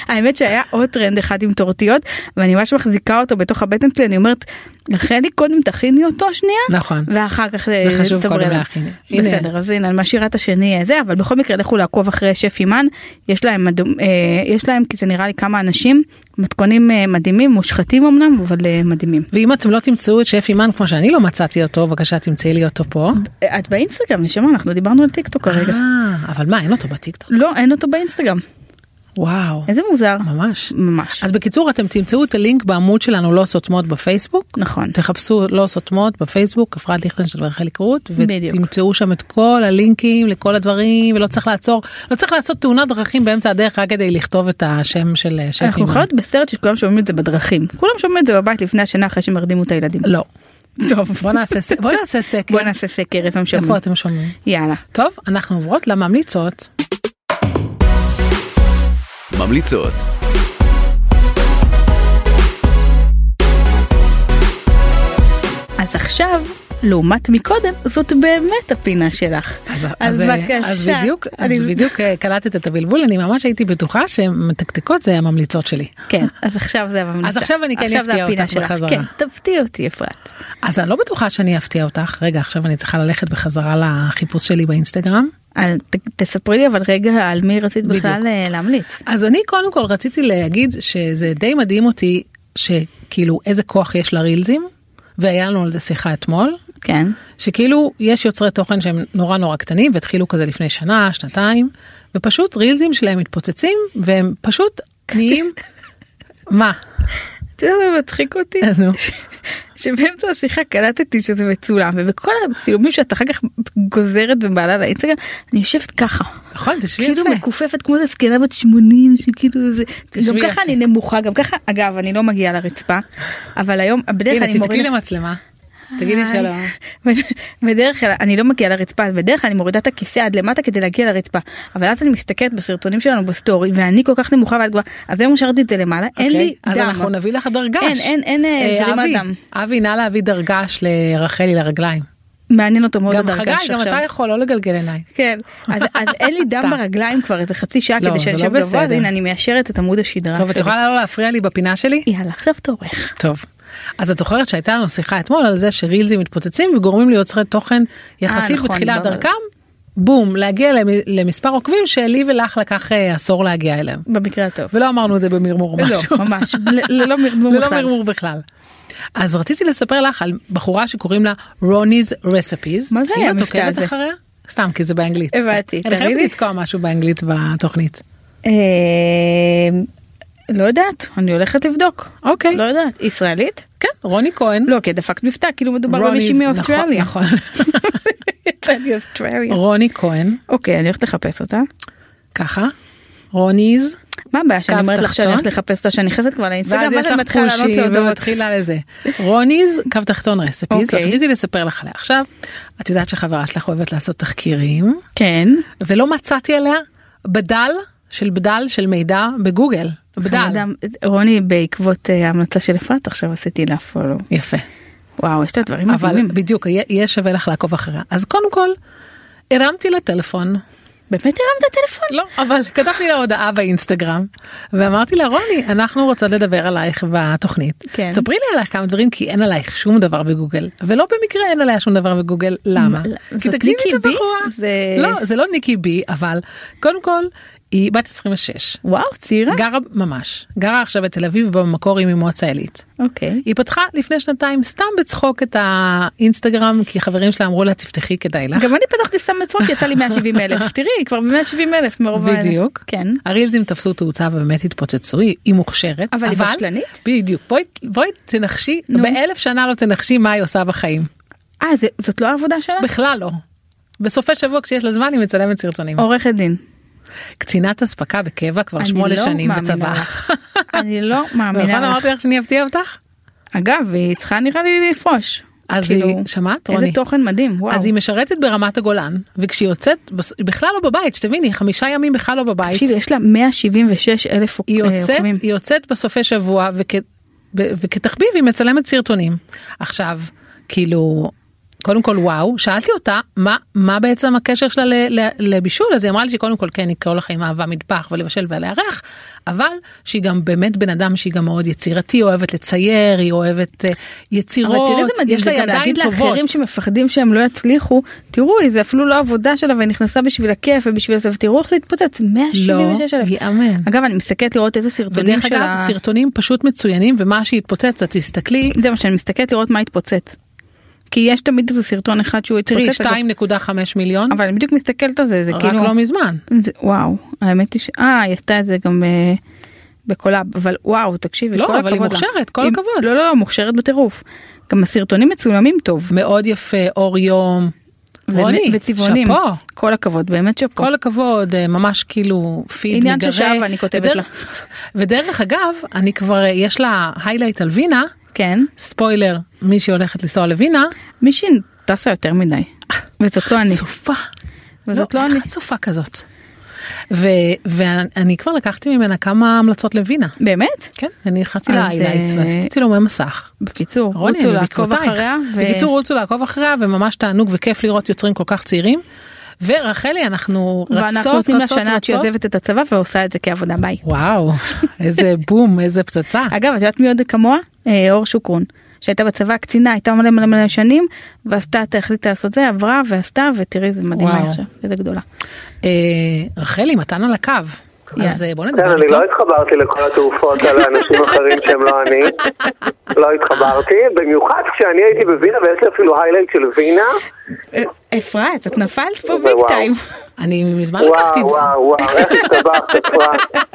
[SPEAKER 2] האמת שהיה עוד טרנד אחד עם טורטיות, ואני ממש מחזיקה אותו בתוך הבטן שלי, אני אומרת, רחלי, קודם תכיני אותו שנייה,
[SPEAKER 3] נכון.
[SPEAKER 2] ואחר כך אה,
[SPEAKER 3] זה חשוב
[SPEAKER 2] תדברי
[SPEAKER 3] קודם
[SPEAKER 2] עליו.
[SPEAKER 3] להכין. הנה.
[SPEAKER 2] בסדר, אז הנה, אני משאירה את השני הזה, אבל בכל מקרה לכו לעקוב אחרי שף אימן, יש להם, מדהים- אה, יש להם, כי זה נראה לי כמה אנשים, מתכונים אה, מדהימים, מושחתים אמנם, אבל אה, מדהימים.
[SPEAKER 3] ואם אתם לא תמצאו את שף אימן כמו שאני לא מצאתי אותו בבקשה תמצאי לי אותו פה.
[SPEAKER 2] אה, את באינסטגרם, נשמה, אנחנו דיברנו על טיקטוק כרגע.
[SPEAKER 3] אה, אבל מה אין אותו בטיקטוק?
[SPEAKER 2] לא, אין אותו באינסטגרם.
[SPEAKER 3] וואו.
[SPEAKER 2] איזה מוזר.
[SPEAKER 3] ממש.
[SPEAKER 2] ממש.
[SPEAKER 3] אז בקיצור אתם תמצאו את הלינק בעמוד שלנו לא סותמות בפייסבוק.
[SPEAKER 2] נכון.
[SPEAKER 3] תחפשו לא סותמות בפייסבוק אפרת ליכטנשטיין ורחלי קרוט
[SPEAKER 2] בדיוק.
[SPEAKER 3] ותמצאו שם את כל הלינקים לכל הדברים ולא צריך לעצור לא צריך לעשות תאונת דרכים באמצע הדרך רק כדי לכתוב את השם של אה, שף
[SPEAKER 2] אנחנו
[SPEAKER 3] אימאן.
[SPEAKER 2] חיות בסרט שכולם שומעים את זה בדרכים. כולם שומעים את זה בבית לפני השינה אחרי שמרדימו את הילדים.
[SPEAKER 3] לא.
[SPEAKER 2] טוב,
[SPEAKER 3] בוא נעשה ס- בוא נעשה סקר.
[SPEAKER 2] בוא נעשה סקר איפה הם שומעים.
[SPEAKER 3] איפה אתם שומעים?
[SPEAKER 2] יאללה.
[SPEAKER 3] טוב, אנחנו עוברות לממליצות.
[SPEAKER 4] ממליצות.
[SPEAKER 2] אז עכשיו, לעומת מקודם, זאת באמת הפינה שלך.
[SPEAKER 3] אז, אה,
[SPEAKER 2] אז בבקשה.
[SPEAKER 3] אז בדיוק,
[SPEAKER 2] אני-
[SPEAKER 3] אז בדיוק אה, קלטת את הבלבול, אני ממש הייתי בטוחה שמתקתקות זה הממליצות שלי.
[SPEAKER 2] כן, אז עכשיו זה הממליצה.
[SPEAKER 3] אז עכשיו אני כן
[SPEAKER 2] עכשיו זה
[SPEAKER 3] אפתיע
[SPEAKER 2] הפינה
[SPEAKER 3] אותך
[SPEAKER 2] שלך.
[SPEAKER 3] בחזרה.
[SPEAKER 2] כן, תפתיע אותי אפרת.
[SPEAKER 3] אז אני לא בטוחה שאני אפתיע אותך. רגע, עכשיו אני צריכה ללכת בחזרה לחיפוש שלי באינסטגרם.
[SPEAKER 2] אל- ת- תספרי לי אבל רגע על מי רצית
[SPEAKER 3] בדיוק.
[SPEAKER 2] בכלל אה, להמליץ.
[SPEAKER 3] אז אני קודם כל רציתי להגיד שזה די מדהים אותי שכאילו איזה כוח יש לרילזים, והיה לנו על זה שיחה אתמול,
[SPEAKER 2] כן.
[SPEAKER 3] שכאילו יש יוצרי תוכן שהם נורא נורא קטנים והתחילו כזה לפני שנה, שנתיים, ופשוט רילזים שלהם מתפוצצים והם פשוט נהיים... מה?
[SPEAKER 2] אתה יודע מה לא מצחיק אותי?
[SPEAKER 3] אז אה, נו.
[SPEAKER 2] ש- שבאמצע השיחה קלטתי שזה מצולם ובכל הצילומים שאת אחר כך גוזרת ומעלה לאינסטגרם אני יושבת ככה.
[SPEAKER 3] נכון, תשבי
[SPEAKER 2] כאילו
[SPEAKER 3] יפה.
[SPEAKER 2] מכופפת כמו איזה זקנה בת 80 שכאילו זה
[SPEAKER 3] תשבי
[SPEAKER 2] גם
[SPEAKER 3] יפה.
[SPEAKER 2] ככה אני נמוכה גם ככה אגב אני לא מגיעה לרצפה אבל היום בדרך כלל
[SPEAKER 3] הנה,
[SPEAKER 2] אני
[SPEAKER 3] תצעקי
[SPEAKER 2] מורידה
[SPEAKER 3] למצלמה. תגידי
[SPEAKER 2] היי.
[SPEAKER 3] שלום.
[SPEAKER 2] בדרך כלל אני לא מגיעה לרצפה אז בדרך כלל אני מורידה את הכיסא עד למטה כדי להגיע לרצפה אבל אז אני מסתכלת בסרטונים שלנו בסטורי ואני כל כך נמוכה ואת כבר אז היום השארתי את זה למעלה אין לי
[SPEAKER 3] אוקיי, אז
[SPEAKER 2] דם
[SPEAKER 3] אנחנו נביא לך דרגש.
[SPEAKER 2] אין, אין, אין, אה,
[SPEAKER 3] אה,
[SPEAKER 2] זרימת
[SPEAKER 3] אבי,
[SPEAKER 2] דם.
[SPEAKER 3] אבי, נא להביא דרגש לרחלי לרגליים.
[SPEAKER 2] מעניין אותו מאוד
[SPEAKER 3] גם
[SPEAKER 2] הדרגש
[SPEAKER 3] חגי,
[SPEAKER 2] עכשיו.
[SPEAKER 3] גם אתה יכול לא לגלגל עיניים.
[SPEAKER 2] כן, אז, אז אין לי דם
[SPEAKER 3] סתם.
[SPEAKER 2] ברגליים כבר איזה חצי שעה
[SPEAKER 3] לא,
[SPEAKER 2] כדי
[SPEAKER 3] זה
[SPEAKER 2] שאני
[SPEAKER 3] לא
[SPEAKER 2] אשב גבוה, אז
[SPEAKER 3] בסדר.
[SPEAKER 2] הנה אני מיישרת את עמוד השדרה.
[SPEAKER 3] טוב, את
[SPEAKER 2] שלי.
[SPEAKER 3] יכולה לא להפריע לי בפינה שלי?
[SPEAKER 2] יאללה, עכשיו תורך.
[SPEAKER 3] טוב. אז את זוכרת שהייתה לנו שיחה אתמול על זה שרילזים מתפוצצים וגורמים ליוצרי תוכן יחסית
[SPEAKER 2] אה, נכון,
[SPEAKER 3] בתחילת
[SPEAKER 2] דיברנו על
[SPEAKER 3] דרכם, בום, להגיע למ- למספר עוקבים שלי ולך לקח אה, עשור להגיע אליהם.
[SPEAKER 2] במקרה הטוב.
[SPEAKER 3] ולא אמרנו את זה במרמור
[SPEAKER 2] לא,
[SPEAKER 3] משהו.
[SPEAKER 2] ממש, ל- ללא מרמור
[SPEAKER 3] ללא
[SPEAKER 2] בכלל.
[SPEAKER 3] מרמור בכלל. אז רציתי לספר לך על בחורה שקוראים לה רוני's recipes.
[SPEAKER 2] מה זה
[SPEAKER 3] אם את
[SPEAKER 2] היה המבטא
[SPEAKER 3] עוקבת
[SPEAKER 2] הזה?
[SPEAKER 3] אחריה? סתם, כי זה באנגלית.
[SPEAKER 2] הבנתי,
[SPEAKER 3] אני
[SPEAKER 2] תראי
[SPEAKER 3] חייבת
[SPEAKER 2] לי.
[SPEAKER 3] לתקוע משהו באנגלית בתוכנית.
[SPEAKER 2] אה, לא יודעת, אני הולכת לבדוק.
[SPEAKER 3] אוקיי.
[SPEAKER 2] לא יודעת, ישראלית?
[SPEAKER 3] כן, רוני כהן.
[SPEAKER 2] לא, כי דפקת מבטא, כאילו מדובר
[SPEAKER 3] רוני
[SPEAKER 2] במישהי
[SPEAKER 3] זה-
[SPEAKER 2] מאוסטרליה.
[SPEAKER 3] נכון, נכון.
[SPEAKER 2] יצא לי אוסטרליה.
[SPEAKER 3] רוני כהן,
[SPEAKER 2] אוקיי, אני הולכת לחפש אותה.
[SPEAKER 3] ככה, רוניז,
[SPEAKER 2] מה הבעיה שאני
[SPEAKER 3] קו
[SPEAKER 2] אומרת לך שאני
[SPEAKER 3] תחתון?
[SPEAKER 2] הולכת לחפש אותה, שאני נכנסת כבר לאינסטגרם,
[SPEAKER 3] ואז יש
[SPEAKER 2] ואז אני
[SPEAKER 3] לך
[SPEAKER 2] מתחילה לענות
[SPEAKER 3] פושי
[SPEAKER 2] להודעות.
[SPEAKER 3] ומתחילה לזה. רוניז, קו תחתון רספיז,
[SPEAKER 2] אוקיי.
[SPEAKER 3] רציתי לספר לך עליה. עכשיו, את יודעת שחברה שלך אוהבת לעשות תחקירים,
[SPEAKER 2] כן.
[SPEAKER 3] ולא מצאתי עליה בדל של בדל של מידע בגוגל, בדל.
[SPEAKER 2] אדם- רוני, בעקבות אה, ההמלצה של אפרת, עכשיו עשיתי לה פולו.
[SPEAKER 3] יפה.
[SPEAKER 2] וואו, יש לה דברים
[SPEAKER 3] אבל
[SPEAKER 2] מדהימים.
[SPEAKER 3] בדיוק, יהיה- יהיה שווה לך לעקוב אחריה. אז קודם כל, הרמתי לטלפון.
[SPEAKER 2] באמת הרמת טלפון?
[SPEAKER 3] לא, אבל כתבתי לה הודעה באינסטגרם, ואמרתי לה, רוני, אנחנו רוצות לדבר עלייך בתוכנית.
[SPEAKER 2] כן.
[SPEAKER 3] ספרי לי עלייך כמה דברים, כי אין עלייך שום דבר בגוגל. ולא במקרה אין עליה שום דבר בגוגל, למה?
[SPEAKER 2] זאת
[SPEAKER 3] כי תקדימי את
[SPEAKER 2] ניקי בי?
[SPEAKER 3] הבחורה.
[SPEAKER 2] זה-
[SPEAKER 3] לא, זה לא ניקי בי, אבל קודם כל, היא בת 26.
[SPEAKER 2] וואו, צעירה?
[SPEAKER 3] גרה ממש, גרה עכשיו בתל אביב במקור היא ממועצה עילית.
[SPEAKER 2] אוקיי.
[SPEAKER 3] היא פתחה לפני שנתיים סתם בצחוק את האינסטגרם כי חברים שלה אמרו לה תפתחי כדאי לך.
[SPEAKER 2] גם אני פתחתי סתם מצחוק, יצא לי 170 אלף. תראי, היא כבר ב-170 אלף מרוב... ה-
[SPEAKER 3] בדיוק.
[SPEAKER 2] כן.
[SPEAKER 3] הרילזים תפסו תאוצה ובאמת התפוצצו, היא היא מוכשרת.
[SPEAKER 2] אבל היא בשלנית?
[SPEAKER 3] בדיוק. בואי, בואי תנחשי,
[SPEAKER 2] נו.
[SPEAKER 3] באלף שנה לא תנחשי מה היא עושה בחיים.
[SPEAKER 2] אה, זה- זאת לא העבודה שלה?
[SPEAKER 3] בכלל לא. בסופי שבוע כשיש לה זמן היא מצלמת סרטונים.
[SPEAKER 2] עורכת דין.
[SPEAKER 3] קצינת אספקה בקבע כבר
[SPEAKER 2] אני
[SPEAKER 3] שמונה
[SPEAKER 2] לא
[SPEAKER 3] שנים
[SPEAKER 2] מאמינה
[SPEAKER 3] בצבא.
[SPEAKER 2] לך. אני לא
[SPEAKER 3] נכון
[SPEAKER 2] מאמינה לך.
[SPEAKER 3] אמרתי לך שאני אפתיע אותך?
[SPEAKER 2] אגב, היא צריכה נראה לי לפרוש.
[SPEAKER 3] אז
[SPEAKER 2] כאילו,
[SPEAKER 3] היא, שמעת רוני?
[SPEAKER 2] איזה תוכן מדהים, וואו.
[SPEAKER 3] אז היא משרתת ברמת הגולן וכשהיא יוצאת בס- היא בכלל לא בבית שתביני חמישה ימים בכלל לא בבית
[SPEAKER 2] תקשיבי, אה, יש לה 176 אלף
[SPEAKER 3] היא יוצאת
[SPEAKER 2] עוקבים.
[SPEAKER 3] היא יוצאת בסופי שבוע וכ, ב- וכתחביב היא מצלמת סרטונים עכשיו כאילו קודם כל וואו שאלתי אותה מה מה בעצם הקשר שלה ל, ל, לבישול אז היא אמרה לי שקודם כל כן היא כל החיים אהבה מטבח ולבשל ולארח אבל שהיא גם באמת בן אדם שהיא גם מאוד יצירתי אוהבת לצייר היא אוהבת אה,
[SPEAKER 2] אבל
[SPEAKER 3] יצירות
[SPEAKER 2] תראי איזה מדהים,
[SPEAKER 3] יש
[SPEAKER 2] זה
[SPEAKER 3] לה
[SPEAKER 2] גם
[SPEAKER 3] ידיים
[SPEAKER 2] להגיד
[SPEAKER 3] טובות.
[SPEAKER 2] לאחרים שמפחדים שהם לא יצליחו, תרארו, זה אפילו לא עבודה שלה והיא נכנסה בשביל הכיף ובשביל זה, ותראו איך זה התפוצץ,
[SPEAKER 3] לא,
[SPEAKER 2] 176 אלף.
[SPEAKER 3] יאמן.
[SPEAKER 2] אגב, אני מסתכלת לראות איזה סרטונים
[SPEAKER 3] ודרך
[SPEAKER 2] של
[SPEAKER 3] אגב
[SPEAKER 2] ה...
[SPEAKER 3] סרטונים פשוט מצוינים ומה שהתפוצץ אז תסתכלי
[SPEAKER 2] זה מה שאני מסתכלת לראות מה התפוצץ. כי יש תמיד איזה סרטון אחד שהוא
[SPEAKER 3] תראי
[SPEAKER 2] התפוצץ,
[SPEAKER 3] 2.5 מיליון
[SPEAKER 2] אבל אני בדיוק מסתכלת על זה, זה
[SPEAKER 3] רק
[SPEAKER 2] כאילו...
[SPEAKER 3] לא מזמן.
[SPEAKER 2] זה- וואו, האמת היא ש... אה, היא עשתה את זה גם אה, בקולאב, אבל וואו, תקשיבי,
[SPEAKER 3] לא,
[SPEAKER 2] כל
[SPEAKER 3] אבל היא
[SPEAKER 2] הכבוד לה.
[SPEAKER 3] מוכשרת, כל
[SPEAKER 2] היא-
[SPEAKER 3] הכבוד.
[SPEAKER 2] לא, לא, לא, מוכשרת בטירוף. גם הסרטונים מצולמים טוב.
[SPEAKER 3] מאוד יפה, אור יום.
[SPEAKER 2] ו-
[SPEAKER 3] רוני,
[SPEAKER 2] וצבעונים.
[SPEAKER 3] שאפו.
[SPEAKER 2] כל הכבוד, באמת שאפו.
[SPEAKER 3] כל הכבוד, אה, ממש כאילו פיד מגרה.
[SPEAKER 2] עניין של שעה ואני כותבת
[SPEAKER 3] ודר-
[SPEAKER 2] לה.
[SPEAKER 3] ודרך אגב, אני כבר, אה, יש לה highlight על וינה,
[SPEAKER 2] כן.
[SPEAKER 3] ספוילר, מי שהולכת לנסוע לווינה,
[SPEAKER 2] מישהי טסה יותר מדי, וזאת לא אני,
[SPEAKER 3] סופה.
[SPEAKER 2] וזאת לא אני.
[SPEAKER 3] איך את סופה כזאת? ו, ואני כבר לקחתי ממנה כמה המלצות לווינה.
[SPEAKER 2] באמת?
[SPEAKER 3] כן, אני נכנסתי
[SPEAKER 2] אז,
[SPEAKER 3] לאיילייטס
[SPEAKER 2] אה,
[SPEAKER 3] ועשיתי צילומי מסך.
[SPEAKER 2] בקיצור,
[SPEAKER 3] רוני,
[SPEAKER 2] רוצו
[SPEAKER 3] אני
[SPEAKER 2] לעקוב
[SPEAKER 3] בעקבותייך.
[SPEAKER 2] אחריה. ו-
[SPEAKER 3] כן. בקיצור, רוצו לעקוב אחריה וממש תענוג וכיף לראות יוצרים כל כך צעירים. ורחלי, אנחנו רצות,
[SPEAKER 2] ואנחנו
[SPEAKER 3] רצות,
[SPEAKER 2] נותנים לה
[SPEAKER 3] רצות.
[SPEAKER 2] שנה עד שהיא עוזבת את הצבא ועושה את זה כעבודה ביי.
[SPEAKER 3] וואו, איזה בום, איזה פצצה.
[SPEAKER 2] אגב, את יודעת מי עוד כמוה? אה, אור שוקרון, שהייתה בצבא קצינה, הייתה מלא מלא מלא שנים, ועשתה, את- החליטה לעשות זה, עברה ועשתה, ותראי, זה מדהימה
[SPEAKER 3] וואו.
[SPEAKER 2] עכשיו, איזה גדולה.
[SPEAKER 3] אה, רחלי, מתן על הקו.
[SPEAKER 2] יאללה.
[SPEAKER 3] אז אה, בוא
[SPEAKER 5] כן,
[SPEAKER 3] נדבר
[SPEAKER 5] אני
[SPEAKER 3] איתו.
[SPEAKER 5] לא התחברתי לכל התעופות על אנשים אחרים שהם לא אני. לא התחברתי, במיוחד כשאני הייתי בווינה ויש לי אפילו היילייט של וינה.
[SPEAKER 2] אה, אפרת, את נפלת פה ביג
[SPEAKER 5] וואו.
[SPEAKER 2] טיים.
[SPEAKER 3] אני מזמן לא לקחתי
[SPEAKER 5] וואו,
[SPEAKER 3] את זה.
[SPEAKER 5] וואו, וואו, איך הסתבכת, אפרת.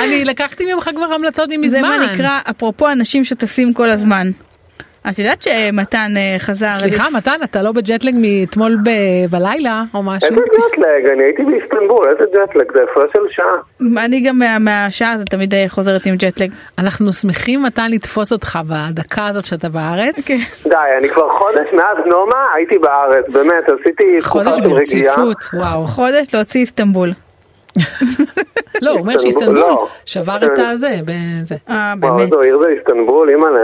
[SPEAKER 3] אני לקחתי ממך כבר המלצות
[SPEAKER 2] זה
[SPEAKER 3] ממזמן.
[SPEAKER 2] מה נקרא, אפרופו אנשים שטסים כל הזמן. את יודעת שמתן אה, חזר...
[SPEAKER 3] סליחה, מתן, אתה לא בג'טלג מאתמול ב- בלילה או משהו?
[SPEAKER 5] איזה ג'טלג, אני הייתי באיסטנבול, איזה ג'טלג, זה הפרש של שעה.
[SPEAKER 2] אני גם מה- מהשעה הזאת תמיד אה, חוזרת עם ג'טלג.
[SPEAKER 3] אנחנו שמחים, מתן, לתפוס אותך בדקה הזאת שאתה בארץ.
[SPEAKER 2] כן.
[SPEAKER 5] די, אני כבר חודש מאז נומה הייתי בארץ, באמת, עשיתי תקופה
[SPEAKER 3] חודש
[SPEAKER 5] של רגיעה.
[SPEAKER 3] ברציפות, וואו.
[SPEAKER 2] חודש להוציא איסטנבול.
[SPEAKER 3] לא, הוא אומר שאיסטנבול
[SPEAKER 5] איסטנבול, לא. כן.
[SPEAKER 3] שבר את הזה, בזה.
[SPEAKER 2] אה,
[SPEAKER 5] וואו,
[SPEAKER 2] באמת.
[SPEAKER 5] איזו לא עיר זה איסטנבול, אימא'לה.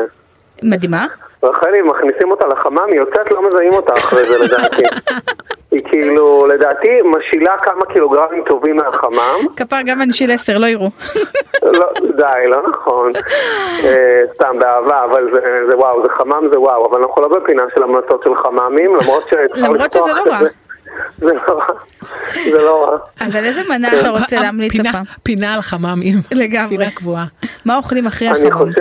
[SPEAKER 2] מדהימה.
[SPEAKER 5] רחלי, מכניסים אותה לחמם, היא יוצאת, לא מזהים אותה אחרי זה לדעתי. היא כאילו, לדעתי, משילה כמה קילוגרמים טובים מהחמם.
[SPEAKER 2] כפר גם אנשיל 10, לא יראו.
[SPEAKER 5] לא, די, לא נכון. אה, סתם, באהבה, אבל זה- זה וואו, זה חמם זה וואו, אבל אנחנו לא בפינה של המלצות של חממים, למרות ש...
[SPEAKER 2] למרות שזה לא רע.
[SPEAKER 5] זה לא רע. זה לא רע.
[SPEAKER 2] אבל איזה מנה אתה רוצה
[SPEAKER 3] אה,
[SPEAKER 2] להמליץ
[SPEAKER 3] פינה-
[SPEAKER 2] הפעם?
[SPEAKER 3] פינה על חממים.
[SPEAKER 2] לגמרי.
[SPEAKER 3] פינה קבועה.
[SPEAKER 2] מה אוכלים אחרי
[SPEAKER 5] אני
[SPEAKER 2] החמום?
[SPEAKER 5] חושב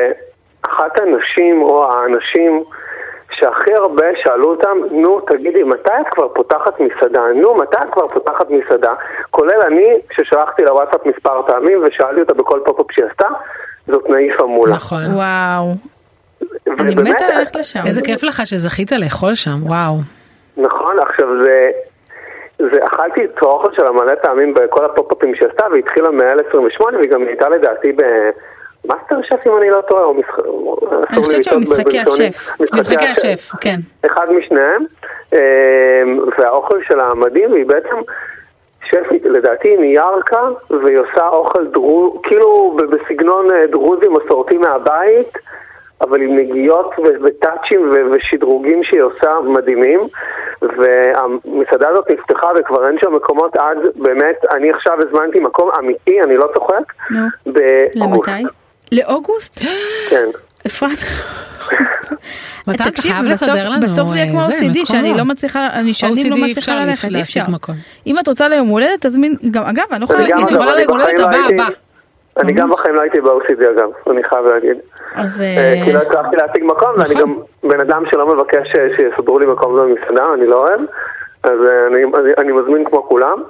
[SPEAKER 5] שאחת הנשים או האנשים שהכי הרבה שאלו אותם, נו, תגידי, מתי את כבר פותחת מסעדה? נו, מתי את כבר פותחת מסעדה? כולל אני, ששלחתי לוואטסאפ מספר פעמים ושאלתי אותה בכל פופ-אפ שהיא עשתה, זאת נעיפה מולה.
[SPEAKER 3] נכון.
[SPEAKER 2] וואו. אני
[SPEAKER 5] ובאמת,
[SPEAKER 2] מתה ללכת לשם.
[SPEAKER 3] איזה כיף לך שזכית לאכול שם, וואו.
[SPEAKER 5] נכון, עכשיו זה... זה אכלתי את האוכל שלה מלא פעמים בכל הפופ-אפים שהיא עשתה, והיא התחילה מ-128, והיא גם הייתה לדעתי במאסטר שף, אם אני לא טועה, או משחק...
[SPEAKER 2] אני חושבת שהם משחקי השף.
[SPEAKER 3] משחקי השף, כן.
[SPEAKER 5] אחד משניהם, אה, והאוכל שלה מדהים, והיא בעצם שפית, לדעתי היא מירכא, והיא עושה אוכל דרוזי, כאילו ב- בסגנון אה, דרוזי מסורתי מהבית, אבל עם נגיעות ו- וטאצ'ים ו- ושדרוגים שהיא עושה מדהימים, והמסעדה הזאת נפתחה וכבר אין שם מקומות עד, באמת, אני עכשיו הזמנתי מקום אמיתי, אני לא צוחק,
[SPEAKER 2] נו,
[SPEAKER 5] באוגוסט.
[SPEAKER 2] למתי? לאוגוסט?
[SPEAKER 5] כן.
[SPEAKER 3] אוקיי,
[SPEAKER 2] אפרת,
[SPEAKER 3] מתן, אתה
[SPEAKER 2] תקשיב,
[SPEAKER 3] חייב
[SPEAKER 2] בסוף-
[SPEAKER 3] לסדר לנו
[SPEAKER 2] בסוף זה יהיה כמו
[SPEAKER 3] אה,
[SPEAKER 2] OCD שאני
[SPEAKER 3] מקום.
[SPEAKER 2] לא מצליחה, אני שנים לא
[SPEAKER 3] OCD
[SPEAKER 2] מצליחה
[SPEAKER 3] אפשר
[SPEAKER 2] ללכת, אי אפשר.
[SPEAKER 3] להשיג מקום.
[SPEAKER 2] אם את רוצה ליום הולדת, תזמין, גם אגב, אני לא יכולה
[SPEAKER 5] אני גם,
[SPEAKER 2] להגיד,
[SPEAKER 3] אגב, יכולה
[SPEAKER 5] אבל אני
[SPEAKER 3] ליום הולדת
[SPEAKER 5] בחיים לא
[SPEAKER 3] הבא,
[SPEAKER 5] הייתי-
[SPEAKER 3] הבא.
[SPEAKER 5] אני גם בחיים לא הייתי ב-OCD אגב, אני חייב להגיד.
[SPEAKER 2] אז
[SPEAKER 5] אה,
[SPEAKER 2] אה,
[SPEAKER 5] כי לא הצלחתי להשיג מקום, ואני
[SPEAKER 3] נכון.
[SPEAKER 5] גם בן אדם שלא מבקש ש- שיסדרו לי מקום במסעדה, אני לא אוהב, אז אה, אני- אני- אני מזמין כמו כולם.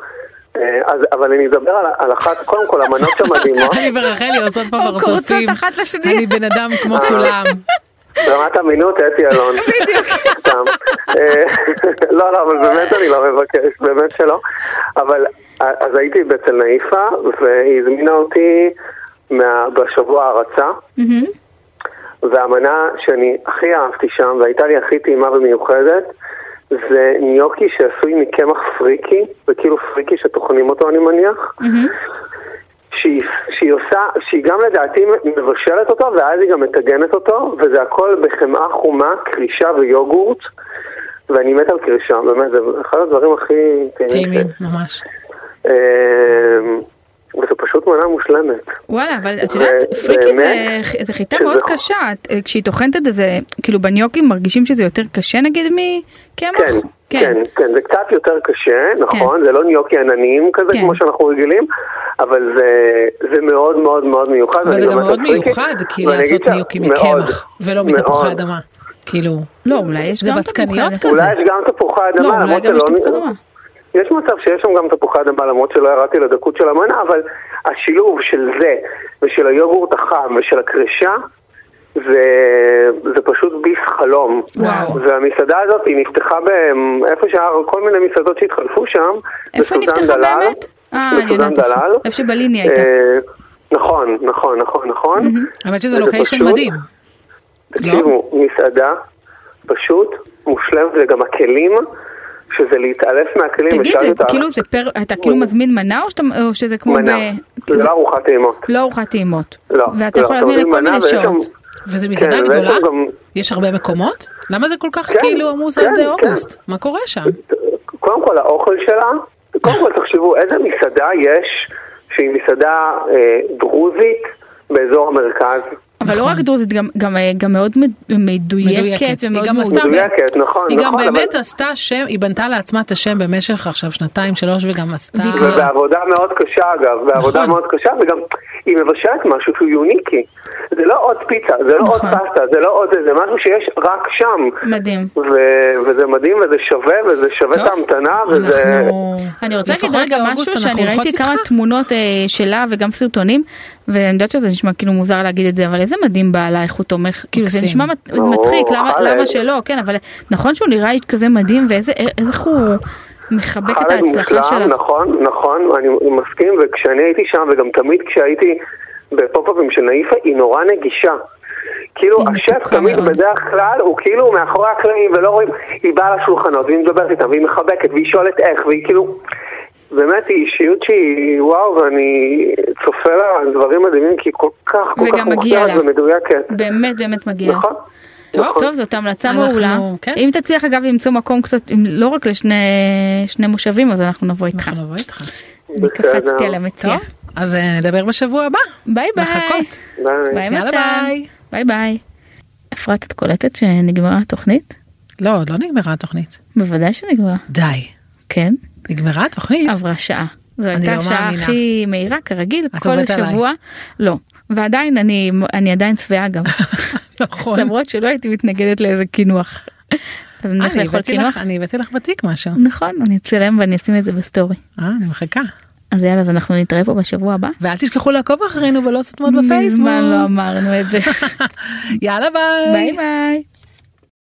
[SPEAKER 5] אה, אז- אבל אני אדבר על- על אחת, קודם כל, המנות המדהימות,
[SPEAKER 3] אני ורחלי עושות פה
[SPEAKER 2] או קורצות
[SPEAKER 3] מרצופים.
[SPEAKER 2] אחת לשנייה.
[SPEAKER 3] אני בן אדם כמו
[SPEAKER 5] אה.
[SPEAKER 3] כולם.
[SPEAKER 5] רמת אמינות אתי אלון. סתם. אה, לא, לא, אבל באמת אני לא מבקש, באמת שלא. אבל אה, אז הייתי אצל נאיפה, והיא הזמינה אותי מה- בשבוע הרצה.
[SPEAKER 2] מהמם.
[SPEAKER 5] והמנה שאני הכי אהבתי שם, והייתה לי הכי טעימה ומיוחדת, זה ניוקי שעשוי מקמח פריקי, זה כאילו פריקי שטוחנים אותו אני מניח, שהיא, שהיא עושה, שהיא גם לדעתי מבשלת אותו, ואז היא גם מטגנת אותו, וזה הכל בחמאה חומה, קרישה ויוגורט, ואני מת על קרישה, באמת, זה אחד הדברים הכי
[SPEAKER 3] טעימים,
[SPEAKER 5] ש-
[SPEAKER 3] ממש.
[SPEAKER 5] אמ, וזו פשוט מנה מושלמת.
[SPEAKER 2] וואלה, אבל את יודעת,
[SPEAKER 5] ו-
[SPEAKER 2] פריקי זה-
[SPEAKER 5] אוקיי, באמת? כן, לא.
[SPEAKER 2] זה חיטה
[SPEAKER 5] שזה
[SPEAKER 2] מאוד
[SPEAKER 5] חו-
[SPEAKER 2] קשה, את- אה, כשהיא טוחנת את זה, זה, כאילו בניוקים מרגישים שזה יותר קשה נגיד מקמח?
[SPEAKER 5] כן, כן, כן, זה קצת יותר קשה,
[SPEAKER 3] כן.
[SPEAKER 5] נכון, זה לא ניוקי עננים כזה
[SPEAKER 2] כן.
[SPEAKER 5] כמו שאנחנו רגילים, אבל זה, זה מאוד מאוד מאוד מיוחד.
[SPEAKER 3] אבל
[SPEAKER 5] ואני
[SPEAKER 3] זה גם
[SPEAKER 5] מת
[SPEAKER 3] מאוד
[SPEAKER 5] על פריקי,
[SPEAKER 3] מיוחד, כי
[SPEAKER 5] אוקיי. ואני אגיד
[SPEAKER 3] לעשות
[SPEAKER 5] שה-
[SPEAKER 3] ניוקים
[SPEAKER 5] מאוד,
[SPEAKER 3] מקמח, ולא מתפוחי
[SPEAKER 5] מאוד.
[SPEAKER 3] אדמה. כאילו,
[SPEAKER 2] לא, אולי יש
[SPEAKER 3] זה
[SPEAKER 2] גם
[SPEAKER 3] בצקניות
[SPEAKER 2] תפוחי
[SPEAKER 3] כזה.
[SPEAKER 5] אולי יש גם תפוחי
[SPEAKER 2] לא,
[SPEAKER 5] אדמה,
[SPEAKER 2] אולי
[SPEAKER 5] למרות
[SPEAKER 2] גם יש
[SPEAKER 5] שלא...
[SPEAKER 2] תפוחי אדמה.
[SPEAKER 5] יש מצב שיש שם גם תפוחי אדמה, למרות שלא ירדתי לדקות של המנה, אבל השילוב של זה ושל היוגורט החם ושל הקרישה, זה, זה פשוט ביס חלום.
[SPEAKER 2] וואו.
[SPEAKER 5] והמסעדה הזאת, היא נפתחה ב- איפה שהיה כל מיני מסעדות שהתחלפו שם.
[SPEAKER 2] איפה היא
[SPEAKER 5] בסוזן
[SPEAKER 2] נפתחה
[SPEAKER 5] דלל.
[SPEAKER 2] באמת? אה, אני
[SPEAKER 5] בסוזן
[SPEAKER 2] יודעת איפה.
[SPEAKER 5] דלל.
[SPEAKER 2] איפה שבליני הייתה.
[SPEAKER 5] אה, נכון, נכון, נכון, נכון.
[SPEAKER 3] האמת שזה
[SPEAKER 5] וזה
[SPEAKER 3] לוקיישן
[SPEAKER 5] פשוט-
[SPEAKER 3] מדהים.
[SPEAKER 2] לא?
[SPEAKER 5] תקשיבו, מסעדה פשוט מושלמת, וגם הכלים, שזה להתעלף מהכלים.
[SPEAKER 2] תגיד,
[SPEAKER 5] השארנו
[SPEAKER 2] זה
[SPEAKER 5] את ה-
[SPEAKER 2] כאילו זה פר, אתה כאילו
[SPEAKER 5] מ-
[SPEAKER 2] מזמין מנה או, שאתה, או שזה כמו
[SPEAKER 5] כן. מנה.
[SPEAKER 2] ב...
[SPEAKER 5] זה לא ארוחת טעימות.
[SPEAKER 2] לא ארוחת טעימות.
[SPEAKER 5] לא.
[SPEAKER 2] ואתה
[SPEAKER 5] לא,
[SPEAKER 2] יכול
[SPEAKER 5] אתה
[SPEAKER 2] להזמין
[SPEAKER 5] מבין
[SPEAKER 2] לכל
[SPEAKER 5] מנה
[SPEAKER 2] מיני
[SPEAKER 5] ויש שם-
[SPEAKER 2] שעות.
[SPEAKER 3] וזה מסעדה
[SPEAKER 5] כן,
[SPEAKER 3] גדולה?
[SPEAKER 5] ויש לו גם-
[SPEAKER 3] יש הרבה מקומות? למה זה כל כך
[SPEAKER 5] כן,
[SPEAKER 3] כאילו עמוס
[SPEAKER 5] כן,
[SPEAKER 3] עד
[SPEAKER 5] כן.
[SPEAKER 3] אוגוסט? מה קורה שם?
[SPEAKER 5] קודם כל האוכל שלה, קודם כל תחשבו איזה מסעדה יש שהיא מסעדה אה, דרוזית באזור המרכז.
[SPEAKER 2] אבל לא
[SPEAKER 3] נכון.
[SPEAKER 2] רק דרוזית, גם, גם, אה, גם מאוד מד-
[SPEAKER 3] מדויקת.
[SPEAKER 2] מדויקת
[SPEAKER 3] היא
[SPEAKER 2] ומאוד
[SPEAKER 3] גם עשתה-
[SPEAKER 2] מעודדת.
[SPEAKER 5] מדויקת, נכון,
[SPEAKER 3] היא גם
[SPEAKER 5] נכון,
[SPEAKER 3] באמת עשתה שם, היא בנתה לעצמה את השם במשך עכשיו שנתיים שלוש וגם עשתה...
[SPEAKER 2] והיא כבר-
[SPEAKER 5] ובעבודה מאוד קשה אגב, בעבודה
[SPEAKER 3] נכון.
[SPEAKER 5] מאוד קשה, וגם היא מבשלת משהו שהוא יוניקי. זה לא עוד פיצה, זה לא עוד
[SPEAKER 2] נכון.
[SPEAKER 5] פסטה, זה לא עוד זה, זה משהו שיש רק שם.
[SPEAKER 2] מדהים.
[SPEAKER 5] ו- וזה מדהים וזה שווה, וזה שווה את
[SPEAKER 3] טוב,
[SPEAKER 5] ההמתנה, וזה...
[SPEAKER 3] אנחנו...
[SPEAKER 2] אני רוצה להגיד
[SPEAKER 3] לפחות
[SPEAKER 2] רגע
[SPEAKER 3] באוגוסט
[SPEAKER 2] משהו
[SPEAKER 3] אנחנו
[SPEAKER 2] שאני
[SPEAKER 3] הולכות
[SPEAKER 2] ראיתי
[SPEAKER 3] איתך.
[SPEAKER 2] כמה תמונות אה, שלה וגם סרטונים ואני יודעת שזה נשמע כאילו מוזר להגיד את זה אבל איזה מדהים בעלה איך הוא תומך כאילו זה
[SPEAKER 3] מקסים.
[SPEAKER 2] נשמע מת-
[SPEAKER 5] ברור,
[SPEAKER 2] מצחיק למה-
[SPEAKER 5] חלק.
[SPEAKER 2] למה שלא כן אבל נכון שהוא נראה איש כזה מדהים ואיזה אה, איך הוא מחבק את
[SPEAKER 5] חלק
[SPEAKER 2] ההצלחה
[SPEAKER 5] מושלם,
[SPEAKER 2] שלה.
[SPEAKER 5] נכון, נכון, אני מסכים, וכשאני הייתי שם, וגם תמיד כשהייתי בפופ-אפים של נאיפה, היא נורא נגישה. כאילו,
[SPEAKER 2] היא
[SPEAKER 5] השף
[SPEAKER 2] מתוקה
[SPEAKER 5] תמיד
[SPEAKER 2] מאוד.
[SPEAKER 5] בדרך כלל, הוא כאילו מאחורי הקלעים, ולא רואים, היא באה לשולחנות, והיא מדברת איתה, והיא מחבקת, והיא שואלת איך, והיא כאילו... באמת, היא אישיות שהיא, וואו, ואני צופה לה דברים מדהימים, כי היא כל כך, כל כך
[SPEAKER 2] וגם מגיע
[SPEAKER 5] מוכתרת
[SPEAKER 2] לה.
[SPEAKER 5] ומדויקת.
[SPEAKER 2] באמת באמת מגיע.
[SPEAKER 5] כן. נכון?
[SPEAKER 3] טוב,
[SPEAKER 5] נכון.
[SPEAKER 2] טוב זאת המלצה
[SPEAKER 3] אנחנו-
[SPEAKER 2] מעולה
[SPEAKER 3] כן.
[SPEAKER 2] אם תצליח אגב למצוא מקום קצת אם לא רק לשני שני מושבים אז אנחנו נבוא איתך.
[SPEAKER 3] אנחנו נבוא איתך.
[SPEAKER 2] אני קפצתי על המציאה.
[SPEAKER 3] נכון. טוב, אז אה, נדבר בשבוע הבא.
[SPEAKER 2] ביי ביי.
[SPEAKER 3] לחכות.
[SPEAKER 5] ביי.
[SPEAKER 2] ביי
[SPEAKER 3] יאללה,
[SPEAKER 2] מתן.
[SPEAKER 3] ביי.
[SPEAKER 2] ביי ביי. אפרת את קולטת שנגמרה התוכנית?
[SPEAKER 3] לא, עוד לא נגמרה התוכנית.
[SPEAKER 2] בוודאי שנגמרה.
[SPEAKER 3] די.
[SPEAKER 2] כן.
[SPEAKER 3] נגמרה התוכנית?
[SPEAKER 2] עברה שעה. זו
[SPEAKER 3] אני
[SPEAKER 2] הייתה
[SPEAKER 3] לא
[SPEAKER 2] השעה
[SPEAKER 3] מאמינה.
[SPEAKER 2] הכי מהירה כרגיל
[SPEAKER 3] את
[SPEAKER 2] כל
[SPEAKER 3] עובדת עליי.
[SPEAKER 2] השבוע. לא. ועדיין אני אני עדיין שבעה גם
[SPEAKER 3] נכון.
[SPEAKER 2] למרות שלא הייתי מתנגדת לאיזה קינוח. אז
[SPEAKER 3] אה,
[SPEAKER 2] נלך
[SPEAKER 3] אני
[SPEAKER 2] לאכול
[SPEAKER 3] הבאתי
[SPEAKER 2] קינוח.
[SPEAKER 3] לך- אני הבאתי לך בתיק משהו.
[SPEAKER 2] נכון אני אצלם ואני אשים את זה בסטורי.
[SPEAKER 3] אה, אני מחכה.
[SPEAKER 2] אז יאללה אז אנחנו נתראה פה בשבוע הבא. לא
[SPEAKER 3] ואל תשכחו לעקוב אחרינו ולא סותמות בפייסבוק.
[SPEAKER 2] מזמן לא אמרנו את זה.
[SPEAKER 3] יאללה ביי.
[SPEAKER 2] ביי ביי.